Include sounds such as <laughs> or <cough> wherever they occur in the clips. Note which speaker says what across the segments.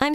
Speaker 1: I'm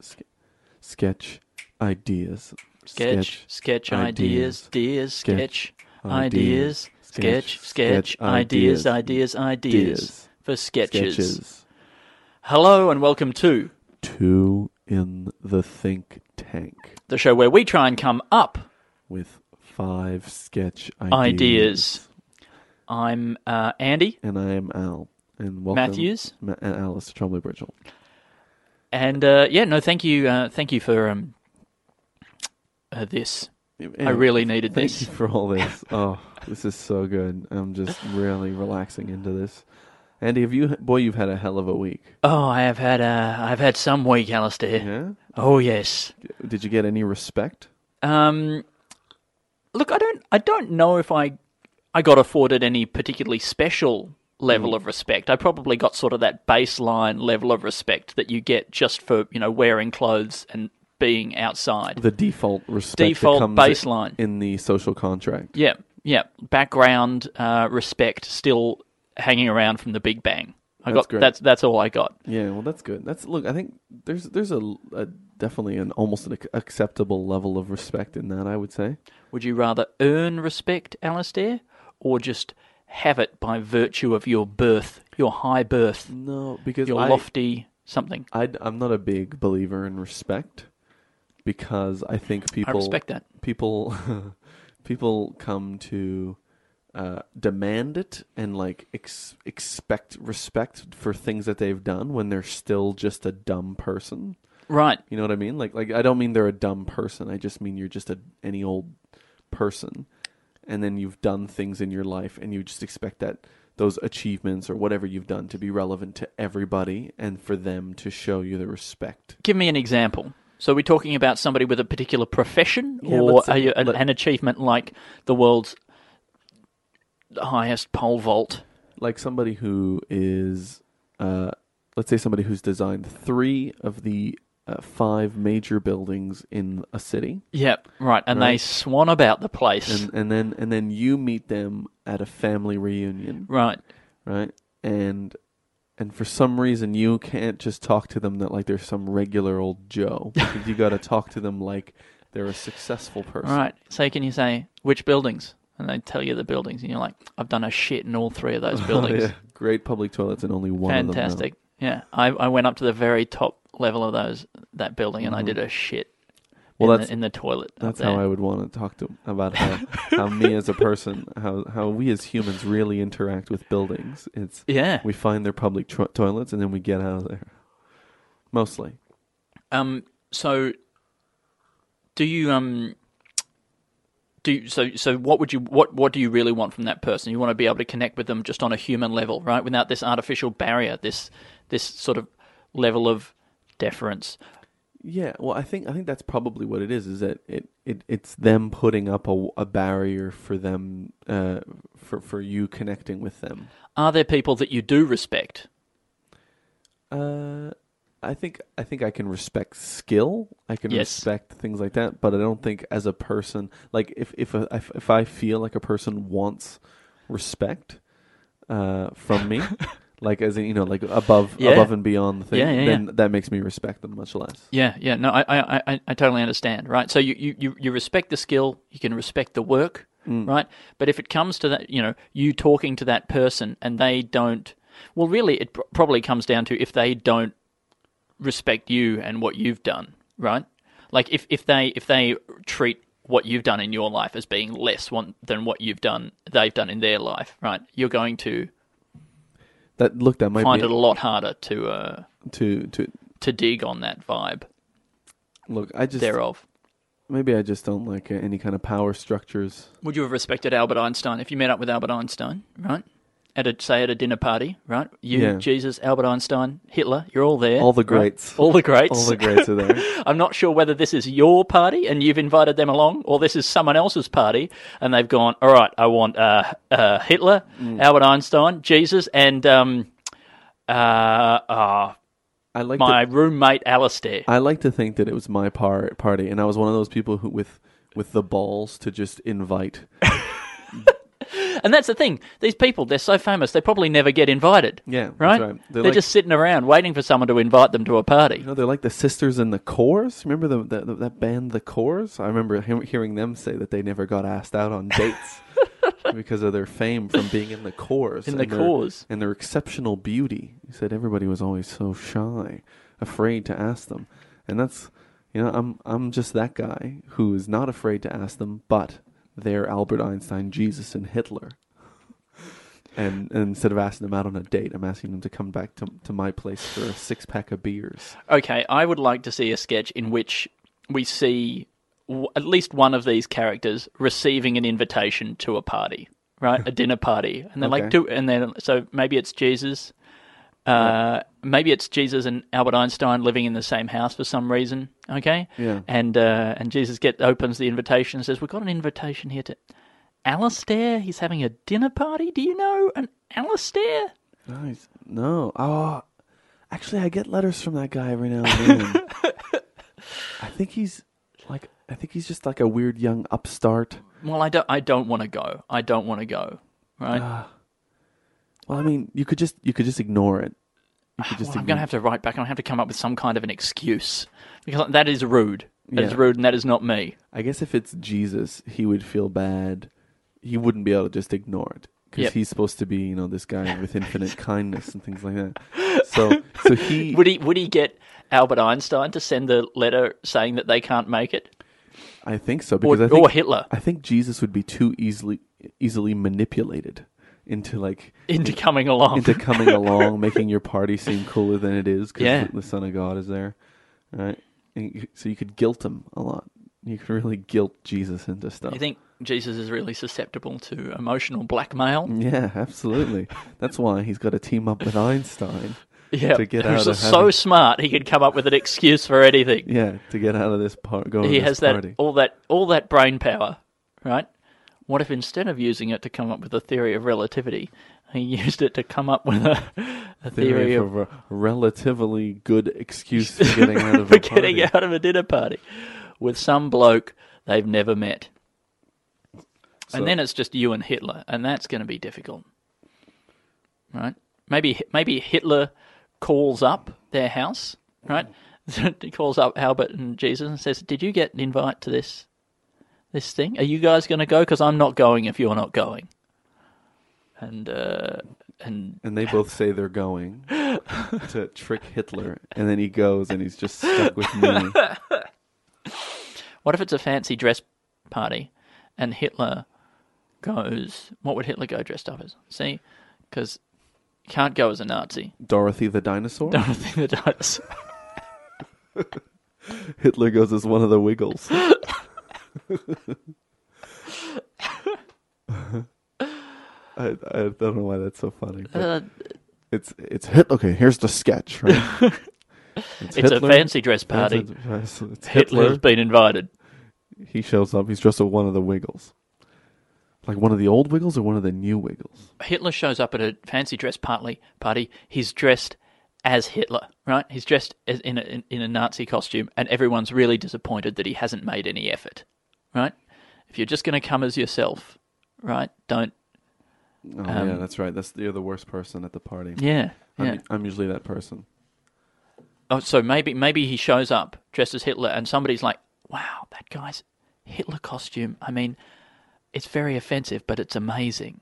Speaker 2: Ske- sketch ideas.
Speaker 3: sketch, sketch ideas, ideas, sketch ideas, sketch, sketch ideas, ideas, ideas for sketches.
Speaker 2: sketches.
Speaker 3: Hello and welcome to
Speaker 2: Two in the think tank
Speaker 3: the show where we try and come up
Speaker 2: with five sketch ideas.
Speaker 3: ideas. I'm uh, Andy,
Speaker 2: And I am Al. And welcome,
Speaker 3: Matthews?
Speaker 2: Ma- and Alice Trombley Bridgel.
Speaker 3: and uh, yeah, no, thank you, uh, thank you for um, uh, this. I really needed
Speaker 2: Thank
Speaker 3: this.
Speaker 2: you for all
Speaker 3: <laughs>
Speaker 2: this. Oh, this is so good. I'm just really relaxing into this. Andy, have you? Boy, you've had a hell of a week.
Speaker 3: Oh, I have had uh, I've had some week, Alistair.
Speaker 2: Yeah.
Speaker 3: Oh yes.
Speaker 2: Did you get any respect?
Speaker 3: Um, look, I don't, I don't know if I, I got afforded any particularly special
Speaker 2: Hmm.
Speaker 3: level of respect. I probably got sort of that baseline level of respect that you get just for you know wearing clothes and being outside.
Speaker 2: The default respect. that
Speaker 3: Default
Speaker 2: comes
Speaker 3: baseline.
Speaker 2: in the social contract.
Speaker 3: yeah, yeah. Background uh, respect still hanging around from the Big Bang. I
Speaker 2: That's
Speaker 3: got
Speaker 2: great.
Speaker 3: that's that's all I got.
Speaker 2: Yeah, well, that's good. That's look. I think there's there's a, a definitely an almost an ac- acceptable level of respect in that. I would say.
Speaker 3: Would you rather earn respect, Alistair, or just have it by virtue of your birth, your high birth,
Speaker 2: No, because
Speaker 3: your
Speaker 2: I,
Speaker 3: lofty something?
Speaker 2: I am not a big believer in respect because I think people
Speaker 3: respect that.
Speaker 2: people <laughs> people come to uh, demand it and like ex- expect respect for things that they've done when they're still just a dumb person.
Speaker 3: Right.
Speaker 2: You know what I mean? Like like I don't mean they're a dumb person. I just mean you're just a any old person. And then you've done things in your life and you just expect that those achievements or whatever you've done to be relevant to everybody and for them to show you the respect.
Speaker 3: Give me an example. So, we're talking about somebody with a particular profession,
Speaker 2: Yeah,
Speaker 3: or
Speaker 2: let's say-
Speaker 3: are you, an,
Speaker 2: let-
Speaker 3: an achievement like the world's highest pole vault?
Speaker 2: Like somebody who is uh let's say somebody who's designed 3 of the uh, five major buildings in a city.
Speaker 3: Yep, right. And they
Speaker 2: Right.
Speaker 3: swan about the place.
Speaker 2: And, and then and then you meet them at a family reunion.
Speaker 3: right.
Speaker 2: right? And and for some reason you can't just talk to them that like they're some regular old
Speaker 3: <laughs>
Speaker 2: Joe. you got to talk to them like they're a successful person.
Speaker 3: Right. So, can you say which buildings? And they tell you the buildings, and you're like, I've done a shit in all three
Speaker 2: <laughs>
Speaker 3: of those
Speaker 2: <laughs>
Speaker 3: buildings.
Speaker 2: Oh, Yeah. Great public toilets and only one of them.
Speaker 3: Fantastic. Yeah. I, I went up to the very top level of those that building and I did a shit
Speaker 2: Mm-hmm. Well,
Speaker 3: in,
Speaker 2: that's-
Speaker 3: the, in the toilet. up
Speaker 2: That's
Speaker 3: there.
Speaker 2: how I would want to talk to 'em about
Speaker 3: <laughs>
Speaker 2: how, how me as a person, how, how we as humans really interact with buildings. It's
Speaker 3: Yeah.
Speaker 2: we find their public tro- toilets and then we get out of there. Mostly,
Speaker 3: Um. So, do you um? Do you, so. So, what would you what What do you really want from that person? You want to be able to connect with them just on a human level, right? Without this artificial barrier, this this sort of level of deference.
Speaker 2: Yeah, well, I think I think that's probably what it is. Is that it, it it's them putting up a, a barrier for them uh, for for you connecting with them.
Speaker 3: Are there people that you do respect?
Speaker 2: Uh, I think I think I can respect skill. I can
Speaker 3: Yes.
Speaker 2: respect things like that, but I don't think as a person, like if if a, if, if I feel like a person wants respect uh, from
Speaker 3: <laughs>
Speaker 2: me, like as in, you know, like above
Speaker 3: Yeah.
Speaker 2: above and beyond the thing,
Speaker 3: Yeah, yeah,
Speaker 2: then
Speaker 3: yeah.
Speaker 2: that makes me respect them much less.
Speaker 3: Yeah, yeah. No, I, I, I, I totally understand. Right. So you, you, you, you respect the skill, you can respect the work, right? But if it comes to that, you know, you talking to that person and they don't, well, really, it pr- probably comes down to if they don't respect you and what you've done, right? Like if, if they if they treat what you've done in your life as being less one, than what you've done they've done in their life, right? You're going to
Speaker 2: That look that might
Speaker 3: find
Speaker 2: be
Speaker 3: it a lot harder to uh,
Speaker 2: to to
Speaker 3: to dig on that vibe
Speaker 2: look. I just
Speaker 3: thereof.
Speaker 2: Maybe I just don't like uh, any kind of power structures. <laughs>
Speaker 3: Would you have respected Albert Einstein if you met up with Albert Einstein, right? at a say at a dinner party, right? You,
Speaker 2: Yeah.
Speaker 3: Jesus, Albert Einstein, Hitler, you're all there.
Speaker 2: All the
Speaker 3: right?
Speaker 2: greats.
Speaker 3: All the greats.
Speaker 2: All the greats are there.
Speaker 3: I'm not sure whether this is your party and you've invited them along, or this is someone else's party and they've gone. All right, I want uh, uh, Hitler,
Speaker 2: Mm.
Speaker 3: Albert Einstein, Jesus, and um, uh, uh,
Speaker 2: I like
Speaker 3: my
Speaker 2: to,
Speaker 3: roommate Alistair.
Speaker 2: I like to think that it was my par- party, and I was one of those people who with with the balls to just invite.
Speaker 3: And that's the thing. These people, they're so famous, they probably never get invited.
Speaker 2: Yeah, that's
Speaker 3: right.
Speaker 2: right. They're
Speaker 3: They're,
Speaker 2: like-
Speaker 3: just sitting around waiting for someone to invite them to a party.
Speaker 2: You know, they're like the sisters in the Cores. Remember the, the, that band, the Cores? I remember he- hearing them say that they never got asked out on
Speaker 3: <laughs>
Speaker 2: dates because of their fame from being in the Cores.
Speaker 3: In the
Speaker 2: and their-
Speaker 3: Corrs.
Speaker 2: and their exceptional beauty. He said everybody was always so shy, afraid to ask them, and that's you know I'm I'm just that guy who is not afraid to ask them, but they're Albert Einstein, Jesus, and Hitler. And, and instead of asking them out on a date, I'm asking them to come back to, to my place for a six pack of beers.
Speaker 3: Okay, I would like to see a sketch in which we see w- at least one of these characters receiving an invitation to a party, right? A dinner party, and they're like,
Speaker 2: Okay.
Speaker 3: "Do," and then so maybe it's Jesus. Uh, maybe it's Jesus and Albert Einstein living in the same house for some reason. Okay,
Speaker 2: Yeah.
Speaker 3: and uh, and Jesus get opens the invitation and says, "We've got an invitation here to Alistair. He's having a dinner party. Do you know an Alistair?"
Speaker 2: Nice. No. Oh, actually, I get letters from that guy every now
Speaker 3: <laughs>
Speaker 2: and then. I think he's like, I think he's just like a weird young upstart.
Speaker 3: Well, I don't. I don't want to go. I don't want to go. Right.
Speaker 2: Ah, Well, I mean, you could just you could just ignore it. You could
Speaker 3: <sighs> Well, I'm going to have to write back. I'm going to have to come up with some kind of an excuse because that is rude. That is
Speaker 2: Yeah.
Speaker 3: rude, and that is not me.
Speaker 2: I guess if it's Jesus, he would feel bad. He wouldn't be able to just ignore it because
Speaker 3: Yep.
Speaker 2: he's supposed to be, you know, this guy with
Speaker 3: <laughs>
Speaker 2: infinite kindness and things like that. So, so he
Speaker 3: Would he? Would he get Albert Einstein to send the letter saying that they can't make it,
Speaker 2: I think so
Speaker 3: or,
Speaker 2: because I think
Speaker 3: or Hitler
Speaker 2: I think Jesus would be too easily easily manipulated into like
Speaker 3: into coming along?
Speaker 2: into
Speaker 3: <laughs>
Speaker 2: coming along, making your party seem cooler than it is because
Speaker 3: Yeah.
Speaker 2: the, the Son of God is there, right? And you- so you could guilt him a lot. You could really guilt Jesus into stuff.
Speaker 3: you think Jesus is really susceptible to emotional blackmail?
Speaker 2: Yeah, absolutely. That's why he's got to team up with Einstein.
Speaker 3: <laughs> Yeah,
Speaker 2: To get
Speaker 3: who's
Speaker 2: out of
Speaker 3: so
Speaker 2: having-
Speaker 3: smart he could come up with an excuse for anything.
Speaker 2: Yeah, to get out of this part. Go. to
Speaker 3: he
Speaker 2: this
Speaker 3: has that
Speaker 2: party.
Speaker 3: all that all that brain power, right? What if instead of using it to come up with a theory of relativity, he <laughs> used it to come up with a, a theory,
Speaker 2: theory
Speaker 3: of
Speaker 2: of a relatively good excuse
Speaker 3: <laughs>
Speaker 2: for getting out of
Speaker 3: for
Speaker 2: a
Speaker 3: getting
Speaker 2: party.
Speaker 3: out of a dinner party with some bloke they've never met.
Speaker 2: So-
Speaker 3: And then it's just you and Hitler, and that's going to be difficult, right? Maybe maybe Hitler calls up their house, right? <laughs> he calls up Albert and Jesus and says, "Did you get an invite to this this thing? Are you guys going to go? Because I'm not going if you're not going." And uh, and
Speaker 2: And they both say they're
Speaker 3: <laughs>
Speaker 2: going to trick Hitler, and then he goes, and he's just stuck with
Speaker 3: <laughs>
Speaker 2: me.
Speaker 3: What if it's a fancy dress party and Hitler goes, what would Hitler go dressed up as? See? Because you can't go as a Nazi.
Speaker 2: Dorothy the dinosaur.
Speaker 3: <laughs> I don't think that does.
Speaker 2: Hitler goes as one of the
Speaker 3: <laughs>
Speaker 2: Wiggles. I, I don't know why that's so funny. but
Speaker 3: Uh,
Speaker 2: it's it's Hitler. Okay, here's the sketch. Right?
Speaker 3: <laughs> it's a
Speaker 2: Hitler.
Speaker 3: fancy dress party.
Speaker 2: It's- it's- it's
Speaker 3: Hitler's
Speaker 2: Hitler.
Speaker 3: been invited.
Speaker 2: He shows up. He's dressed as one of the Wiggles, like one of the old Wiggles or one of the new Wiggles.
Speaker 3: Hitler shows up at a fancy dress party. Party. He's dressed as Hitler, right? He's dressed as in a, in, in a Nazi costume, and everyone's really disappointed that he hasn't made any effort, right? If you're just going to come as yourself, right? Don't.
Speaker 2: Oh yeah, that's right. That's you're the worst person at the party.
Speaker 3: Um, Yeah.
Speaker 2: I'm,
Speaker 3: Yeah.
Speaker 2: I'm usually that person.
Speaker 3: Oh, so maybe maybe he shows up dressed as Hitler, and somebody's like, "Wow, that guy's Hitler costume. I mean, it's very offensive, but it's amazing,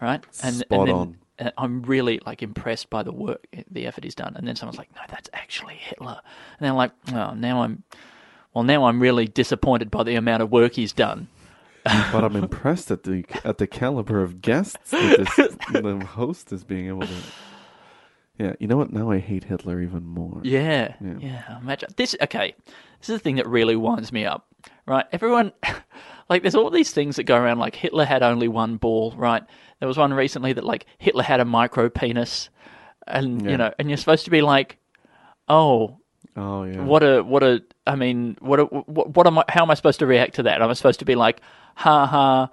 Speaker 3: right?" And,
Speaker 2: Spot
Speaker 3: and then,
Speaker 2: on.
Speaker 3: uh, I'm really like impressed by the work, the effort he's done. And then someone's like, "No, that's actually Hitler," and they're like, "Oh, now I'm." Well, now I'm really disappointed by the amount of work he's done.
Speaker 2: But I'm impressed at the at the caliber of guests that this
Speaker 3: <laughs>
Speaker 2: the host is being able to. Yeah, you know what? Now I hate Hitler even more.
Speaker 3: Yeah, yeah. imagine this. Okay, this is the thing that really winds me up. <laughs> Right, everyone, like, there's all these things that go around. Like Hitler had only one ball. Right, There was one recently that like Hitler had a micro penis, and you know, and you're supposed to be like, oh,
Speaker 2: Oh yeah.
Speaker 3: what a what a I mean, what a what, what am I? How am I supposed to react to that? Am I supposed to be like, ha ha,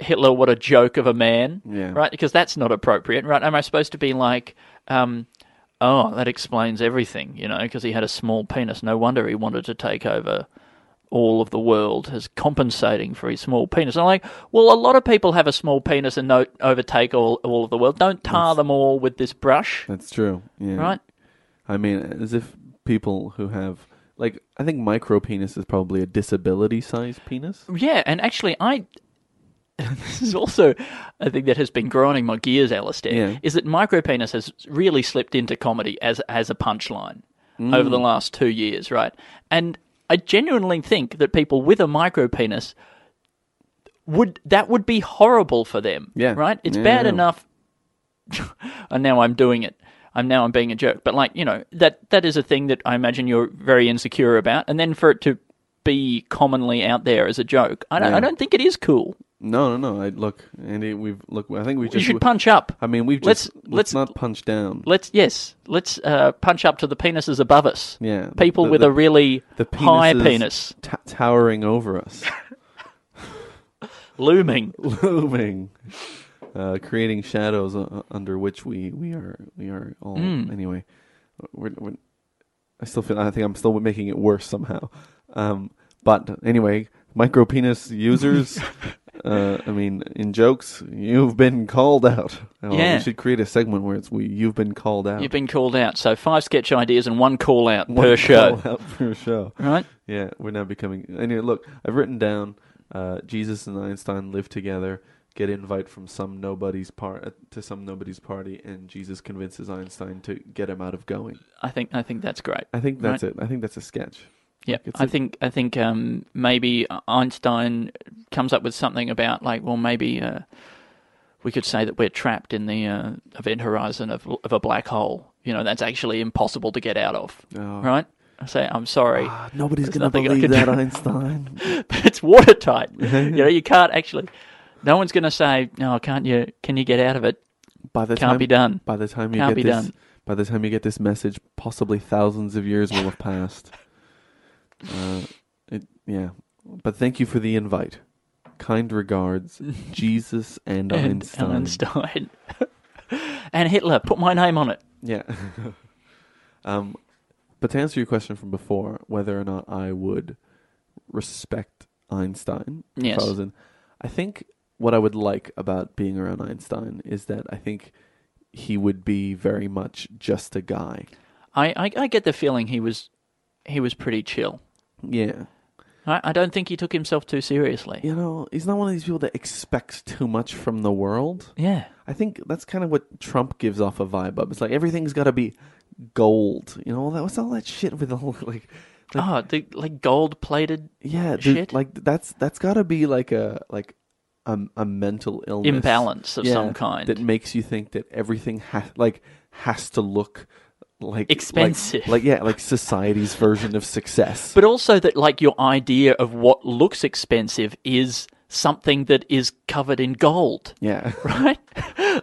Speaker 3: Hitler, what a joke of a man,
Speaker 2: Yeah.
Speaker 3: right? Because that's not appropriate, right? Am I supposed to be like, um, oh, that explains everything, you know? Because he had a small penis, no wonder he wanted to take over all of the world as compensating for his small penis. I'm like, well, a lot of people have a small penis and don't overtake all all of the world. Don't tar them all with this brush,
Speaker 2: That's true. Yeah.
Speaker 3: right?
Speaker 2: I mean, as if people who have like I think micro penis is probably a disability size penis.
Speaker 3: Yeah, and actually, I <laughs> this is also a thing that has been grinding my gears, Alistair.
Speaker 2: Yeah.
Speaker 3: Is that micropenis has really slipped into comedy as as a punchline over
Speaker 2: Mm.
Speaker 3: the last two years, right? And I genuinely think that people with a micropenis would that would be horrible for them.
Speaker 2: Yeah.
Speaker 3: right. It's
Speaker 2: Yeah,
Speaker 3: bad
Speaker 2: yeah.
Speaker 3: enough. and now I'm doing it. I'm now I'm being a jerk. But like you know that that is a thing that I imagine you're very insecure about. And then for it to be commonly out there as a joke, I don't I don't think it is cool.
Speaker 2: No, no, no. I look, Andy. We've look. I think we just.
Speaker 3: you should punch up.
Speaker 2: I mean, we've
Speaker 3: Let's-
Speaker 2: just
Speaker 3: let's-
Speaker 2: let's, not punch down.
Speaker 3: let's yes, let's uh, punch up to the penises above us.
Speaker 2: Yeah, the-
Speaker 3: people
Speaker 2: the-
Speaker 3: with
Speaker 2: the-
Speaker 3: a really
Speaker 2: the
Speaker 3: high
Speaker 2: penises-
Speaker 3: penis
Speaker 2: T- towering over us,
Speaker 3: looming.
Speaker 2: Oh. looming, uh, creating shadows uh, under which we we are we are all.
Speaker 3: Hmm.
Speaker 2: Anyway, we're, we're, I still feel. I think I'm still making it worse somehow. Um, but anyway, micro penis
Speaker 3: <laughs>
Speaker 2: users. Uh, I mean, in jokes, you've been called out. Oh,
Speaker 3: Yeah.
Speaker 2: We should create a segment where it's we. You've been called out.
Speaker 3: You've been called out. So five sketch ideas and one call out
Speaker 2: One
Speaker 3: per show.
Speaker 2: call out per show.
Speaker 3: Right?
Speaker 2: Yeah, we're now becoming. Anyway, look, I've written down uh, Jesus and Einstein live together, get invite from some nobody's part to some nobody's party, and Jesus convinces Einstein to get him out of going.
Speaker 3: I think I think that's great.
Speaker 2: I think that's it. I think that's a sketch.
Speaker 3: Yeah,
Speaker 2: Like, it's
Speaker 3: I
Speaker 2: a-
Speaker 3: think I think um, maybe Einstein comes up with something about like, well, maybe uh, we could say that we're trapped in the uh, event horizon of of a black hole. You know, that's actually impossible to get out of.
Speaker 2: Oh.
Speaker 3: Right? I say, I'm sorry,
Speaker 2: Ah, nobody's
Speaker 3: There's
Speaker 2: gonna
Speaker 3: nothing I
Speaker 2: believe
Speaker 3: can
Speaker 2: that
Speaker 3: do. <laughs>
Speaker 2: Einstein.
Speaker 3: but <laughs> it's watertight.
Speaker 2: <laughs>
Speaker 3: you know, you can't actually. No one's going to say, no, can't you? Can you get out of it?
Speaker 2: By the
Speaker 3: Can't
Speaker 2: time,
Speaker 3: be done.
Speaker 2: By the time you get
Speaker 3: Can't be
Speaker 2: this,
Speaker 3: done.
Speaker 2: by the time you get this message, possibly thousands of years will have
Speaker 3: <laughs>
Speaker 2: passed. uh, it, yeah, but thank you for the invite. Kind
Speaker 3: <laughs>
Speaker 2: regards, Jesus and,
Speaker 3: And
Speaker 2: Einstein.
Speaker 3: Einstein. <laughs> and Hitler, put my name on it.
Speaker 2: Yeah. <laughs> um, but to answer your question from before, whether or not I would respect Einstein, if I
Speaker 3: Yes.
Speaker 2: was in- I think what I would like about being around Einstein is that I think he would be very much just a guy.
Speaker 3: I, I, I get the feeling he was he was pretty chill.
Speaker 2: Yeah.
Speaker 3: I, I don't think he took himself too seriously.
Speaker 2: You know, he's not one of these people that expects too much from the world.
Speaker 3: Yeah.
Speaker 2: I think that's kind of what Trump gives off a vibe of. It's like everything's got to be gold. You know, all that, what's all that shit with all <laughs> like, like
Speaker 3: oh, the like gold plated
Speaker 2: yeah, there's-
Speaker 3: shit?
Speaker 2: like that's that's got to be like a like a, a mental illness
Speaker 3: imbalance of
Speaker 2: Yeah,
Speaker 3: some kind.
Speaker 2: that makes you think that everything has like has to look like like-
Speaker 3: Expensive.
Speaker 2: Like, yeah, like society's version of success.
Speaker 3: <laughs> but also that like your idea of what looks expensive is something that is covered in gold. <laughs>
Speaker 2: yeah. <laughs>
Speaker 3: Right?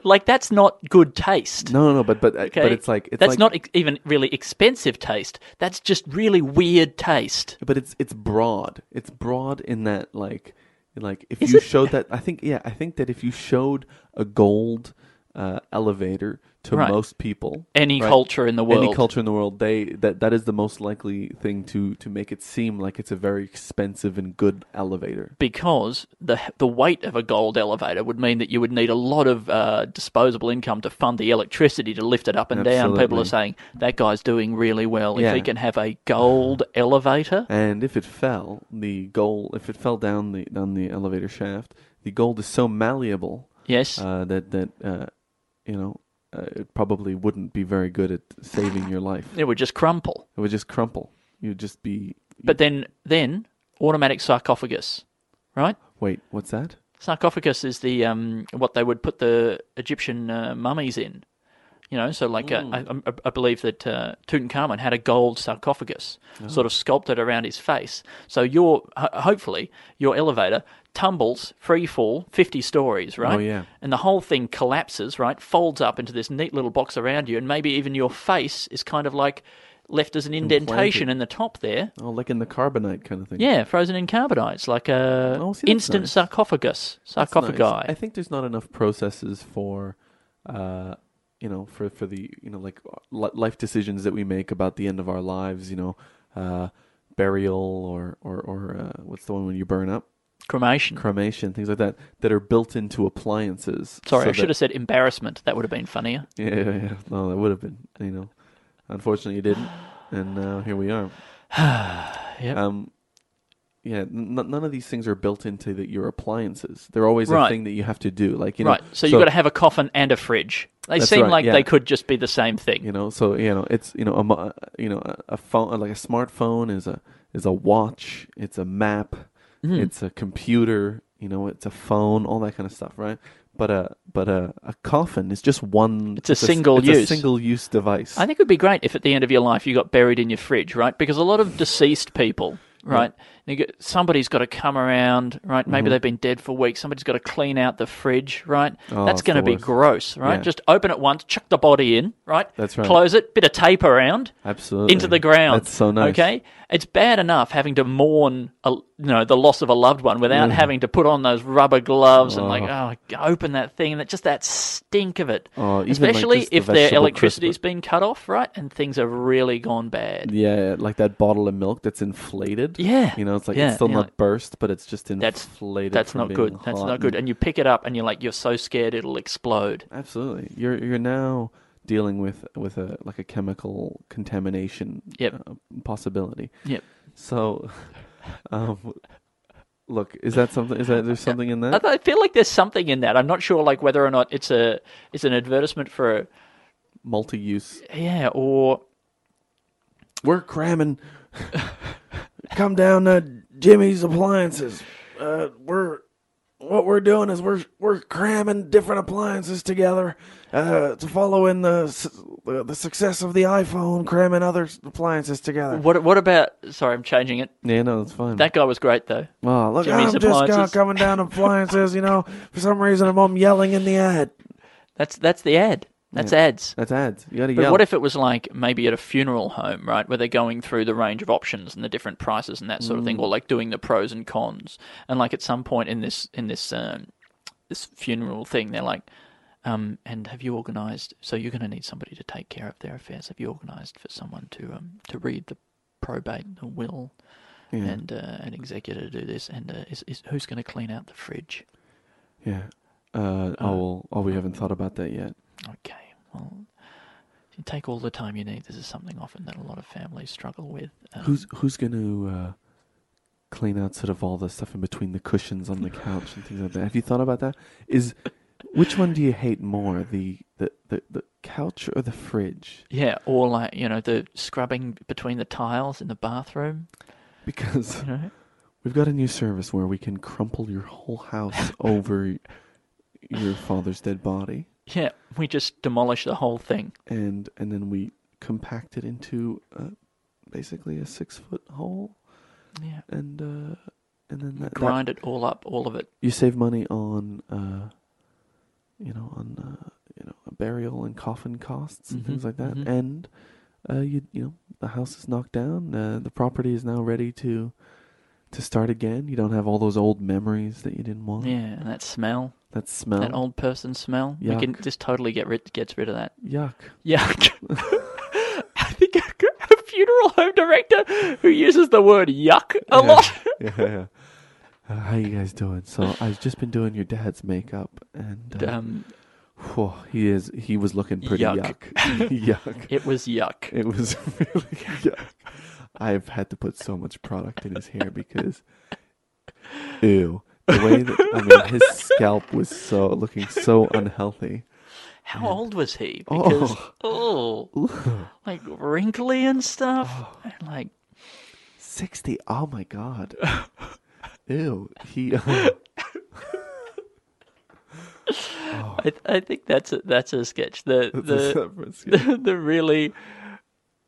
Speaker 3: like that's not good taste.
Speaker 2: No, no, no, but but but
Speaker 3: okay?
Speaker 2: it's like it's
Speaker 3: that's
Speaker 2: like,
Speaker 3: not ex- even really expensive taste. That's just really weird taste.
Speaker 2: but it's it's broad. It's broad in that like like if
Speaker 3: Is
Speaker 2: you
Speaker 3: it?
Speaker 2: showed that I think yeah I think that if you showed a gold uh, elevator to
Speaker 3: Right.
Speaker 2: most people
Speaker 3: Any
Speaker 2: right,
Speaker 3: culture in the world.
Speaker 2: any culture in the world they that that is the most likely thing to to make it seem like it's a very expensive and good elevator.
Speaker 3: because the the weight of a gold elevator would mean that you would need a lot of uh, disposable income to fund the electricity to lift it up and down. People
Speaker 2: Absolutely.
Speaker 3: are saying that guy's doing really well. If
Speaker 2: Yeah.
Speaker 3: he can have a gold elevator,
Speaker 2: And if it fell, the gold if it fell down the down the elevator shaft, the gold is so malleable
Speaker 3: yes,
Speaker 2: uh, that that uh, you know uh, it probably wouldn't be very good at saving your life.
Speaker 3: it would just crumple.
Speaker 2: It would just crumple. You'd just be.
Speaker 3: But then then automatic sarcophagus, right?
Speaker 2: Wait, what's that?
Speaker 3: Sarcophagus is the um, what they would put the Egyptian uh, mummies in. You know, so like uh,
Speaker 2: Mm.
Speaker 3: I, I, I believe that uh, Tutankhamun had a gold sarcophagus sort of sculpted around his face. So your ho- hopefully your elevator tumbles free fall 50 stories, right?
Speaker 2: Oh, yeah.
Speaker 3: And the whole thing collapses, right? Folds up into this neat little box around you and maybe even your face is kind of like left as an indentation in the top there.
Speaker 2: Oh, like in the carbonite kind of thing.
Speaker 3: Yeah, frozen in carbonites, like a
Speaker 2: Oh, see, that's
Speaker 3: instant
Speaker 2: nice.
Speaker 3: sarcophagus,
Speaker 2: That's nice.
Speaker 3: sarcophagi.
Speaker 2: I think there's not enough processes for, uh, you know, for for the you know like uh, li- life decisions that we make about the end of our lives. You know, uh, burial or or or uh, what's the one when you burn up,
Speaker 3: Cremation.
Speaker 2: cremation, things like that, that are built into appliances.
Speaker 3: Sorry,
Speaker 2: so
Speaker 3: I should
Speaker 2: that-
Speaker 3: have said embarrassment. That would have been funnier.
Speaker 2: <laughs> Yeah, yeah, yeah. No, that would have been. You know, unfortunately, you didn't, and now here we are.
Speaker 3: <sighs> Yep.
Speaker 2: Um, yeah. N- n- none of these things are built into the, your appliances. They're always a
Speaker 3: Right.
Speaker 2: thing that you have to do. Like you know,
Speaker 3: right. So, you've got to have a coffin and a fridge. They
Speaker 2: That's
Speaker 3: seem
Speaker 2: right,
Speaker 3: like
Speaker 2: yeah.
Speaker 3: they could just be the same thing.
Speaker 2: you know so you know it's you know a mo- you know a- a phone like a smartphone is a is a watch it's a map
Speaker 3: Mm-hmm.
Speaker 2: it's a computer you know it's a phone all that kind of stuff right but a but a, a coffin is just one
Speaker 3: It's a
Speaker 2: s-
Speaker 3: single
Speaker 2: it's
Speaker 3: use.
Speaker 2: a single use device
Speaker 3: I think it would be great if at the end of your life you got buried in your fridge, right? Because a lot of deceased people, right? they get- somebody's got to come around, right? Maybe
Speaker 2: Mm-hmm.
Speaker 3: they've been dead for weeks. Somebody's got to clean out the fridge, right?
Speaker 2: Oh,
Speaker 3: That's
Speaker 2: it's
Speaker 3: going to
Speaker 2: the
Speaker 3: be
Speaker 2: worst.
Speaker 3: gross, right?
Speaker 2: Yeah.
Speaker 3: Just open it once, chuck the body in, right?
Speaker 2: That's right.
Speaker 3: Close it, bit of tape around.
Speaker 2: absolutely
Speaker 3: into the ground.
Speaker 2: that's so nice
Speaker 3: Okay, it's bad enough having to mourn, a, you know, the loss of a loved one without having to put on those rubber gloves and like, oh, open that thing and that just that stink of it.
Speaker 2: Oh, even, like,
Speaker 3: Especially
Speaker 2: just the
Speaker 3: if their
Speaker 2: vegetable
Speaker 3: electricity's
Speaker 2: crisper.
Speaker 3: been cut off, right, and things have really gone bad.
Speaker 2: yeah like that bottle of milk that's inflated
Speaker 3: Yeah.
Speaker 2: you know it's like
Speaker 3: Yeah,
Speaker 2: it's still
Speaker 3: yeah.
Speaker 2: not burst but it's just
Speaker 3: That's
Speaker 2: inflated
Speaker 3: that's
Speaker 2: from
Speaker 3: not
Speaker 2: being
Speaker 3: good. That's
Speaker 2: hot
Speaker 3: not good. And you pick it up and you're like, you're so scared it'll explode.
Speaker 2: Absolutely, you're you're now dealing with with a like a chemical contamination
Speaker 3: Yep.
Speaker 2: uh, possibility.
Speaker 3: Yep.
Speaker 2: So, <laughs> um, look, is that something? Is that there's something in
Speaker 3: I
Speaker 2: that?
Speaker 3: th- I feel like there's something in that. I'm not sure, like whether or not it's a it's an advertisement for a
Speaker 2: Multi-use.
Speaker 3: yeah or
Speaker 2: We're cramming. Come down to Jimmy's appliances. Uh, we're what we're doing is we're we're cramming different appliances together uh, to follow in the s- the the success of the iPhone, cramming other appliances together.
Speaker 3: what what about? Sorry, I'm changing it.
Speaker 2: Yeah, no, that's fine.
Speaker 3: That guy was great though.
Speaker 2: Oh, look,
Speaker 3: Jimmy's
Speaker 2: I'm just uh,
Speaker 3: appliances.
Speaker 2: coming down appliances. You know, for some reason, I'm, I'm yelling in the ad.
Speaker 3: That's that's the ad. That's ads.
Speaker 2: That's ads. You gotta
Speaker 3: But
Speaker 2: yell.
Speaker 3: what if it was like maybe at a funeral home, right, where they're going through the range of options and the different prices and that sort of thing, or like doing the pros and cons, and like at some point in this in this um, this funeral thing, they're like, um, and have you organised? So you're going to need somebody to take care of their affairs. Have you organised for someone to um, to read the probate and the will? And uh, an executor to do this, and uh, is, is who's going to clean out the fridge?
Speaker 2: Yeah. Uh, oh, well, oh, we haven't thought about that yet.
Speaker 3: Okay, well, you take all the time you need. This is something often that a lot of families struggle with. Um,
Speaker 2: Who's who's gonna uh, clean out sort of all the stuff in between the cushions on the couch and things like that? Have you thought about that? Is which one do you hate more, the the, the, the couch or the fridge?
Speaker 3: Yeah, or like you know the scrubbing between the tiles in the bathroom.
Speaker 2: Because
Speaker 3: You know,
Speaker 2: we've got a new service where we can crumple your whole house over your father's dead body.
Speaker 3: yeah, we just demolish the whole thing.
Speaker 2: and and then we compact it into uh, basically a six foot hole,
Speaker 3: Yeah,
Speaker 2: and uh, and then that, that
Speaker 3: grind it all up, all of it.
Speaker 2: you save money on uh, you know on uh, you know a burial and coffin costs and
Speaker 3: Mm-hmm.
Speaker 2: things like that, and uh, you you know the house is knocked down, uh, the property is now ready to to start again. You don't have all those old memories that you didn't want.
Speaker 3: Yeah, and that smell,
Speaker 2: That Mm. smell,
Speaker 3: that old person smell. We can
Speaker 2: Yuck.
Speaker 3: just totally get rid gets rid of that.
Speaker 2: yuck.
Speaker 3: Yuck. <laughs> I think a funeral home director who uses the word yuck a lot.
Speaker 2: <laughs> yeah, yeah. Uh, how you guys doing? So I've just been doing your dad's makeup, and uh,
Speaker 3: Um,
Speaker 2: Whew, he is. He was looking pretty yuck. <laughs>
Speaker 3: Yuck.
Speaker 2: Yuck.
Speaker 3: it was yuck.
Speaker 2: It was <laughs> really yuck. I've had to put so much product in his hair because, ew, the way that I mean, his scalp was so looking so unhealthy.
Speaker 3: How old was he? Because <laughs> oh, like wrinkly and stuff, and like
Speaker 2: Sixty. Oh my god. <laughs> Ew. He. uh,
Speaker 3: I, I think that's a, that's a sketch. The the
Speaker 2: <laughs>
Speaker 3: <laughs> the, the really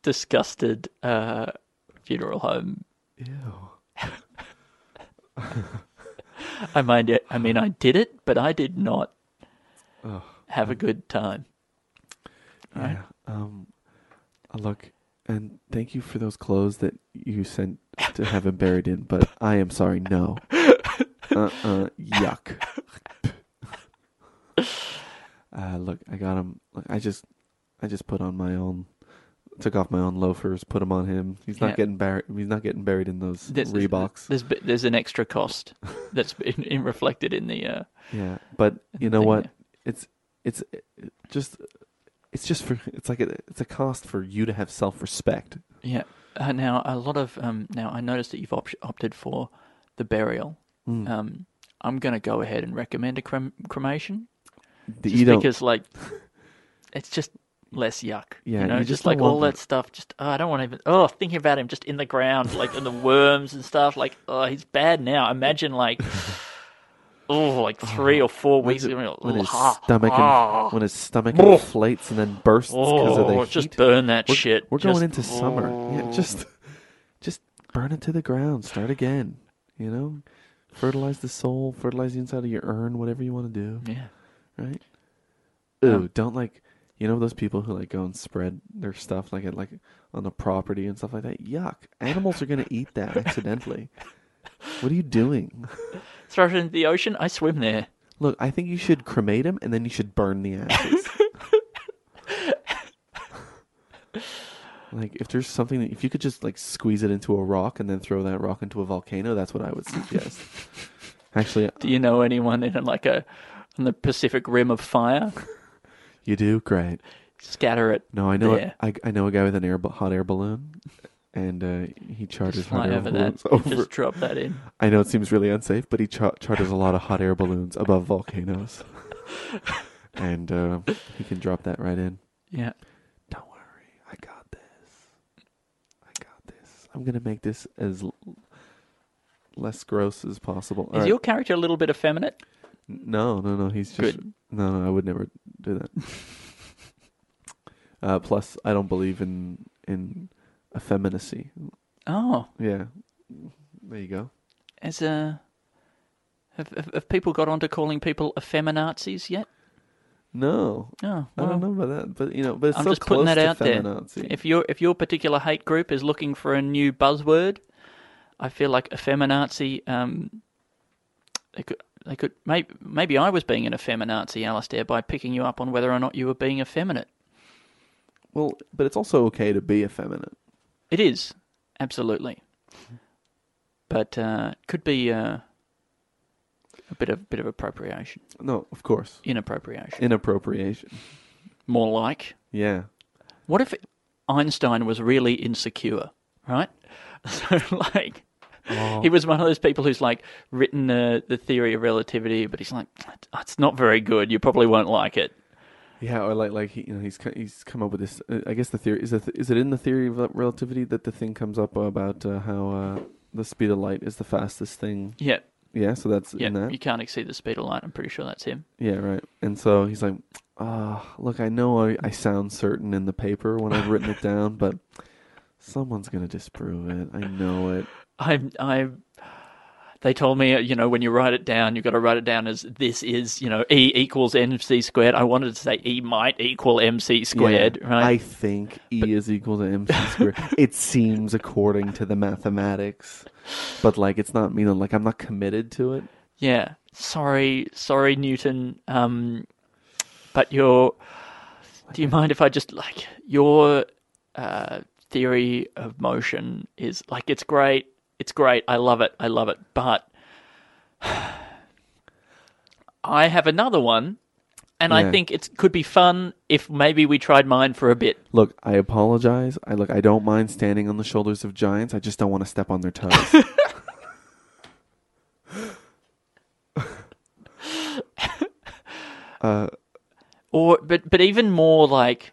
Speaker 3: disgusted uh, funeral home. Ew. I mind it. I mean, I did it, but I did not have a good time. Right.
Speaker 2: Um, uh, look, and thank you for those clothes that you sent to have him buried in, but I am sorry,
Speaker 3: <laughs>
Speaker 2: no. Uh, uh, yuck. <laughs> uh, look, I got him. Look, I just, I just put on my own, took off my own loafers, put them on him. He's not
Speaker 3: Yeah.
Speaker 2: getting buried. He's not getting buried in those
Speaker 3: There's,
Speaker 2: Reeboks.
Speaker 3: There's b- there's an extra <laughs> cost that's been in, reflected in the. Uh,
Speaker 2: Yeah, but you know
Speaker 3: thing,
Speaker 2: what?
Speaker 3: yeah.
Speaker 2: It's it's it just it's just for it's like a, it's a cost for you to have self respect.
Speaker 3: yeah. Uh, now a lot of um. Now I noticed that you've op- opted for the burial.
Speaker 2: Mm.
Speaker 3: Um, I'm gonna go ahead and recommend a crem- cremation.
Speaker 2: That
Speaker 3: just
Speaker 2: you don't. <laughs>
Speaker 3: because like it's just less yuck.
Speaker 2: Yeah,
Speaker 3: you know,
Speaker 2: you
Speaker 3: just,
Speaker 2: just
Speaker 3: like
Speaker 2: don't want
Speaker 3: all that stuff. Just oh, I don't want to even. Oh, thinking about him just in the ground, like and the worms and stuff. Like oh, he's bad now.
Speaker 2: <sighs>
Speaker 3: Imagine like oh, like three or four
Speaker 2: when
Speaker 3: weeks.
Speaker 2: it-
Speaker 3: you know,
Speaker 2: when his
Speaker 3: ah,
Speaker 2: stomach
Speaker 3: ah,
Speaker 2: and, when his stomach
Speaker 3: Oh.
Speaker 2: inflates and then bursts because of the
Speaker 3: oh,
Speaker 2: heat.
Speaker 3: just burn that
Speaker 2: we're,
Speaker 3: shit.
Speaker 2: We're
Speaker 3: Just-
Speaker 2: going into summer. Yeah,
Speaker 3: oh.
Speaker 2: just just burn it to the ground. Start again. You know, fertilize the soul, fertilize the inside of your urn, whatever you want to do.
Speaker 3: yeah.
Speaker 2: right? Ooh, don't like you know those people who like go and spread their stuff like at like on a property and stuff like that. Yuck! Animals are gonna eat that accidentally. What are you doing?
Speaker 3: Throw it into the ocean. I swim there.
Speaker 2: Look, I think you should cremate him and then you should burn the
Speaker 3: <laughs>
Speaker 2: ashes. like if there's something that if you could just like squeeze it into a rock and then throw that rock into a volcano, that's what I would suggest.
Speaker 3: <laughs>
Speaker 2: Actually, uh,
Speaker 3: Do you know anyone in like a on the Pacific Rim of fire?
Speaker 2: you do great.
Speaker 3: Scatter it.
Speaker 2: No, I know.
Speaker 3: there.
Speaker 2: A, I I know a guy with an air bu- hot air balloon, and uh, he charters
Speaker 3: Just
Speaker 2: hot
Speaker 3: fly
Speaker 2: air
Speaker 3: over
Speaker 2: balloons
Speaker 3: that.
Speaker 2: over.
Speaker 3: Just drop that in.
Speaker 2: I know it seems really unsafe, but he char- charters a lot of hot air balloons above
Speaker 3: <laughs>
Speaker 2: volcanoes, and uh, he can drop that right in.
Speaker 3: Yeah.
Speaker 2: Don't worry, I got this. I got this. I'm gonna make this as l- less gross as possible. All
Speaker 3: Is
Speaker 2: right.
Speaker 3: your character a little bit effeminate?
Speaker 2: No, no, no. He's just
Speaker 3: Good.
Speaker 2: no, no. I would never do that. uh, plus, I don't believe in in effeminacy.
Speaker 3: Oh,
Speaker 2: Yeah, there you go.
Speaker 3: as a have, have, have people got onto calling people effeminazis yet?
Speaker 2: No,
Speaker 3: Oh,
Speaker 2: I
Speaker 3: well,
Speaker 2: don't know about that, but you know, but it's
Speaker 3: I'm
Speaker 2: so
Speaker 3: just
Speaker 2: close
Speaker 3: putting that
Speaker 2: to
Speaker 3: out there.
Speaker 2: feminazi.
Speaker 3: If your if your particular hate group is looking for a new buzzword, I feel like effeminazi. Um, they could they could maybe maybe I was being an effeminazi, Alistair, by picking you up on whether or not you were being effeminate.
Speaker 2: well, but it's also okay to be effeminate.
Speaker 3: It is absolutely, but uh, could be uh, a bit of bit of appropriation,
Speaker 2: No, of course,
Speaker 3: inappropriation,
Speaker 2: inappropriation.
Speaker 3: more like.
Speaker 2: Yeah,
Speaker 3: What if Einstein was really insecure, right? <laughs> So, like, he was one of those people who's like written the, the theory of relativity, but he's like, it's not very good. You probably won't like it.
Speaker 2: yeah, or like like he, you know, he's co- he's come up with this. Uh, I guess the theory is it is it in the theory of rel- relativity that the thing comes up about uh, how uh, the speed of light is the fastest thing.
Speaker 3: Yeah,
Speaker 2: Yeah, so that's in
Speaker 3: yeah.
Speaker 2: that.
Speaker 3: You can't exceed the speed of light. I'm pretty sure that's him.
Speaker 2: Yeah, right. And so he's like, ah, look, I know I, I sound certain in the paper when I've written
Speaker 3: <laughs>
Speaker 2: it down, but someone's going to disprove it. I know
Speaker 3: <laughs>
Speaker 2: it.
Speaker 3: I, I. They told me, you know, when you write it down, you've got to write it down as this is, you know, E equals mc squared. I wanted to say E might equal mc squared,
Speaker 2: Yeah, I
Speaker 3: right?
Speaker 2: think E is equal to MC
Speaker 3: <laughs>
Speaker 2: squared. it seems according to the mathematics, but like it's not, you know, like I'm not committed to it.
Speaker 3: Yeah. Sorry, sorry, Newton. Um, but your, do you mind if I just like your uh, theory of motion is like it's great, it's great. I love it, I love it. But <sighs> I have another one, and I
Speaker 2: Yeah.
Speaker 3: think it could be fun if maybe we tried mine for a bit.
Speaker 2: Look, I apologize. I look, I don't mind standing on the shoulders of giants. I just don't want to step on their
Speaker 3: <laughs>
Speaker 2: toes.
Speaker 3: Or but but even more like,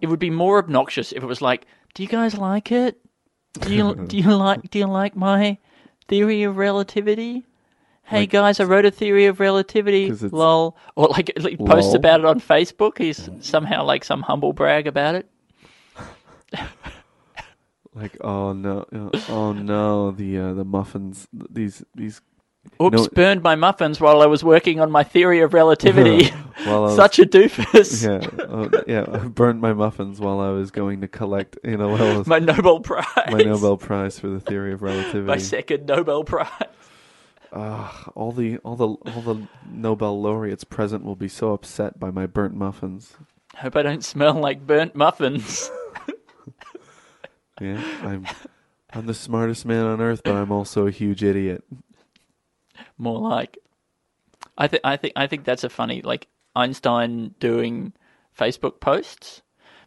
Speaker 3: it would be more obnoxious if it was like, do you guys
Speaker 2: <laughs>
Speaker 3: like it? Do you do you like do you like my theory of relativity? Hey guys, I wrote a theory of relativity.
Speaker 2: 'Cause it's-
Speaker 3: Lol. Or like <laughs> he posts
Speaker 2: Lol.
Speaker 3: about it on Facebook. He's somehow like some humble brag about it.
Speaker 2: Like, oh no, uh, oh no, the uh, the muffins, these these.
Speaker 3: Oops,
Speaker 2: No-
Speaker 3: burned my muffins while I was working on my theory
Speaker 2: <laughs>
Speaker 3: of relativity.
Speaker 2: While I was-
Speaker 3: Such a
Speaker 2: <laughs>
Speaker 3: doofus.
Speaker 2: Yeah, oh, yeah. I burned my muffins while I was going to collect, you know, while I was
Speaker 3: My Nobel Prize.
Speaker 2: my Nobel Prize for the theory of relativity.
Speaker 3: <laughs> My second Nobel Prize. <laughs>
Speaker 2: all the all the all the Nobel laureates present will be so upset by my burnt muffins.
Speaker 3: Hope I don't smell like burnt muffins.
Speaker 2: Yeah, I'm I'm the smartest man on earth, but I'm also a huge
Speaker 3: <laughs>
Speaker 2: idiot.
Speaker 3: more like I think I think I think that's a funny like Einstein doing Facebook posts.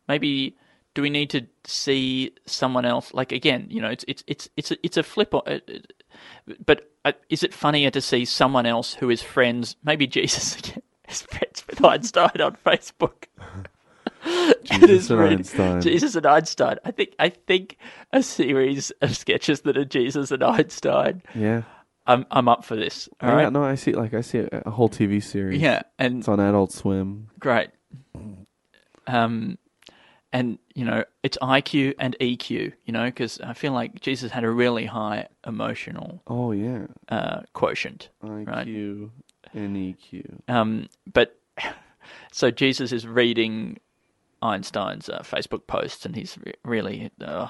Speaker 3: Maybe do we need to see someone else like again, you know, it's it's it's it's a, it's a flip on it- it- but uh, is it funnier to see someone else who is friends, maybe <laughs> Jesus again, is friends with Einstein on Facebook? <laughs> it
Speaker 2: Jesus and
Speaker 3: really-
Speaker 2: Einstein.
Speaker 3: Jesus and Einstein. I think I think a series of sketches that are Jesus and Einstein.
Speaker 2: Yeah.
Speaker 3: I'm I'm up for this. All
Speaker 2: Yeah,
Speaker 3: right.
Speaker 2: No, I see. Like I see a, a whole TV series.
Speaker 3: Yeah, and
Speaker 2: It's on Adult Swim.
Speaker 3: great. Um, and you know, it's IQ and EQ. You know, because I feel like Jesus had a really high emotional
Speaker 2: Oh yeah.
Speaker 3: uh, quotient.
Speaker 2: IQ and E EQ.
Speaker 3: Um, but <laughs> so Jesus is reading Einstein's uh, Facebook posts, and he's re- really uh,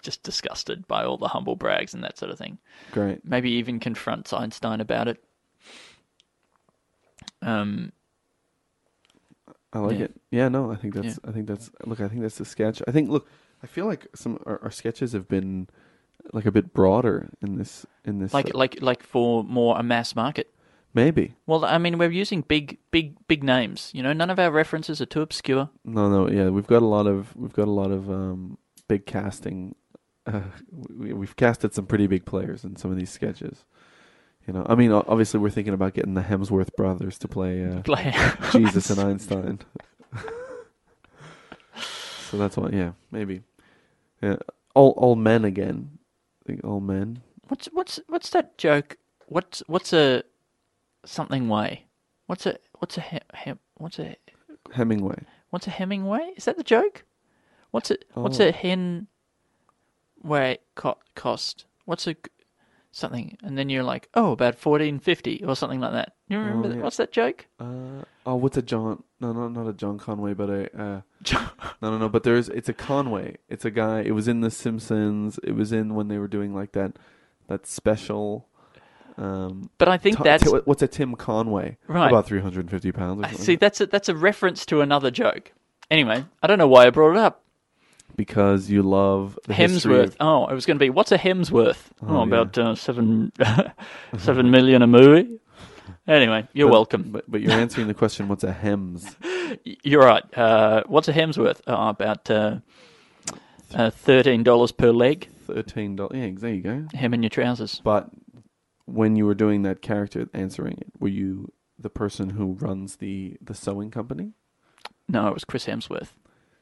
Speaker 3: just disgusted by all the humble brags and that sort of thing.
Speaker 2: Great.
Speaker 3: maybe even confronts Einstein about it. Um,
Speaker 2: I like
Speaker 3: Yeah.
Speaker 2: it. Yeah, no, I think that's. I think that's. Look, I think that's the sketch. I think. Look, I feel like some our, our sketches have been like a bit broader in this. In this,
Speaker 3: like
Speaker 2: uh,
Speaker 3: like like for more a mass market.
Speaker 2: maybe.
Speaker 3: Well, I mean, we're using big big big names. You know, none of our references are too obscure. <laughs>
Speaker 2: No, no, yeah, we've got a lot of we've got a lot of um, big casting. <laughs> Uh, we, we've casted some pretty big players in some of these sketches. You know, I mean, o- obviously we're thinking about getting the Hemsworth brothers to play uh,
Speaker 3: Like,
Speaker 2: Jesus and Einstein. so that's why, yeah, maybe, yeah, all all men again, I think all men.
Speaker 3: what's what's what's that joke? What's what's a something way? What's a what's a he, he, what's a
Speaker 2: Hemingway.
Speaker 3: what's a Hemingway? Is that the joke? What's a what's
Speaker 2: Oh.
Speaker 3: a hen? Way co- cost? What's a g- something? And then you're like, oh, about fourteen fifty or something like that. You remember that?
Speaker 2: Oh, yeah.
Speaker 3: what's that joke?
Speaker 2: Uh, oh, what's a John? No, no, not a John Conway, but a. Uh,
Speaker 3: John-
Speaker 2: No, no, no. But there's it's a Conway. It's a guy. It was in The Simpsons. It was in when they were doing like that that special. Um,
Speaker 3: But I think
Speaker 2: Ti-
Speaker 3: that's
Speaker 2: Ti- what's a Tim Conway?
Speaker 3: Right.
Speaker 2: about three hundred and fifty pounds. Or
Speaker 3: I
Speaker 2: something.
Speaker 3: see. That's a that's a reference to another joke. Anyway, I don't know why I brought it up.
Speaker 2: because you love the history
Speaker 3: Hemsworth.
Speaker 2: of-
Speaker 3: Oh, it was going to be what's a Hemsworth? Oh,
Speaker 2: yeah.
Speaker 3: about uh, seven <laughs> seven million a movie. Anyway, you're
Speaker 2: but-
Speaker 3: welcome.
Speaker 2: But, but you're answering the question. What's a hems?
Speaker 3: You're right. Uh, what's a Hemsworth? Oh, about uh, uh, thirteen dollars per leg.
Speaker 2: Thirteen dollars. Yeah, there you go.
Speaker 3: Hem in your trousers.
Speaker 2: But when you were doing that character answering it, were you the person who runs the the sewing company?
Speaker 3: No, it was Chris Hemsworth.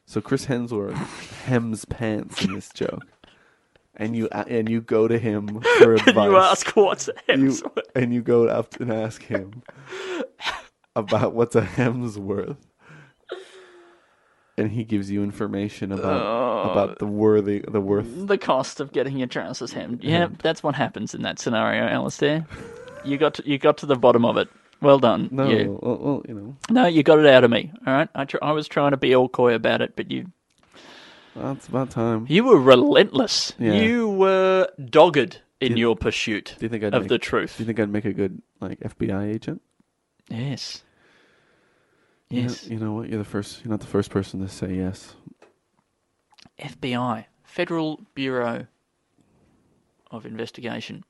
Speaker 2: So Chris
Speaker 3: <laughs>
Speaker 2: Hemsworth hems pants in this joke, and you and you go to
Speaker 3: <laughs>
Speaker 2: him for advice.
Speaker 3: You ask what's a
Speaker 2: You-
Speaker 3: <laughs> Hemsworth?
Speaker 2: and you go up and ask him about what's a Hemsworth, and he gives you information about
Speaker 3: Oh.
Speaker 2: about the worthy the worth.
Speaker 3: The cost of getting your trousers hemmed. Yeah, that's what happens in that scenario, Alistair. You got to, you got to the bottom of it. Well done.
Speaker 2: No,
Speaker 3: you.
Speaker 2: well, well, you know
Speaker 3: no, you got it out of me. All right, I, tr- I was trying to be all coy about it, but you
Speaker 2: that's about time.
Speaker 3: you were relentless.
Speaker 2: Yeah.
Speaker 3: You were dogged in your pursuit
Speaker 2: Do you think I'd
Speaker 3: of
Speaker 2: make-
Speaker 3: the truth.
Speaker 2: Do you think I'd make a good like FBI agent? You know-
Speaker 3: yes. Yes.
Speaker 2: You know, what? You're the first. You're not the first person to say yes.
Speaker 3: FBI, Federal Bureau of investigation.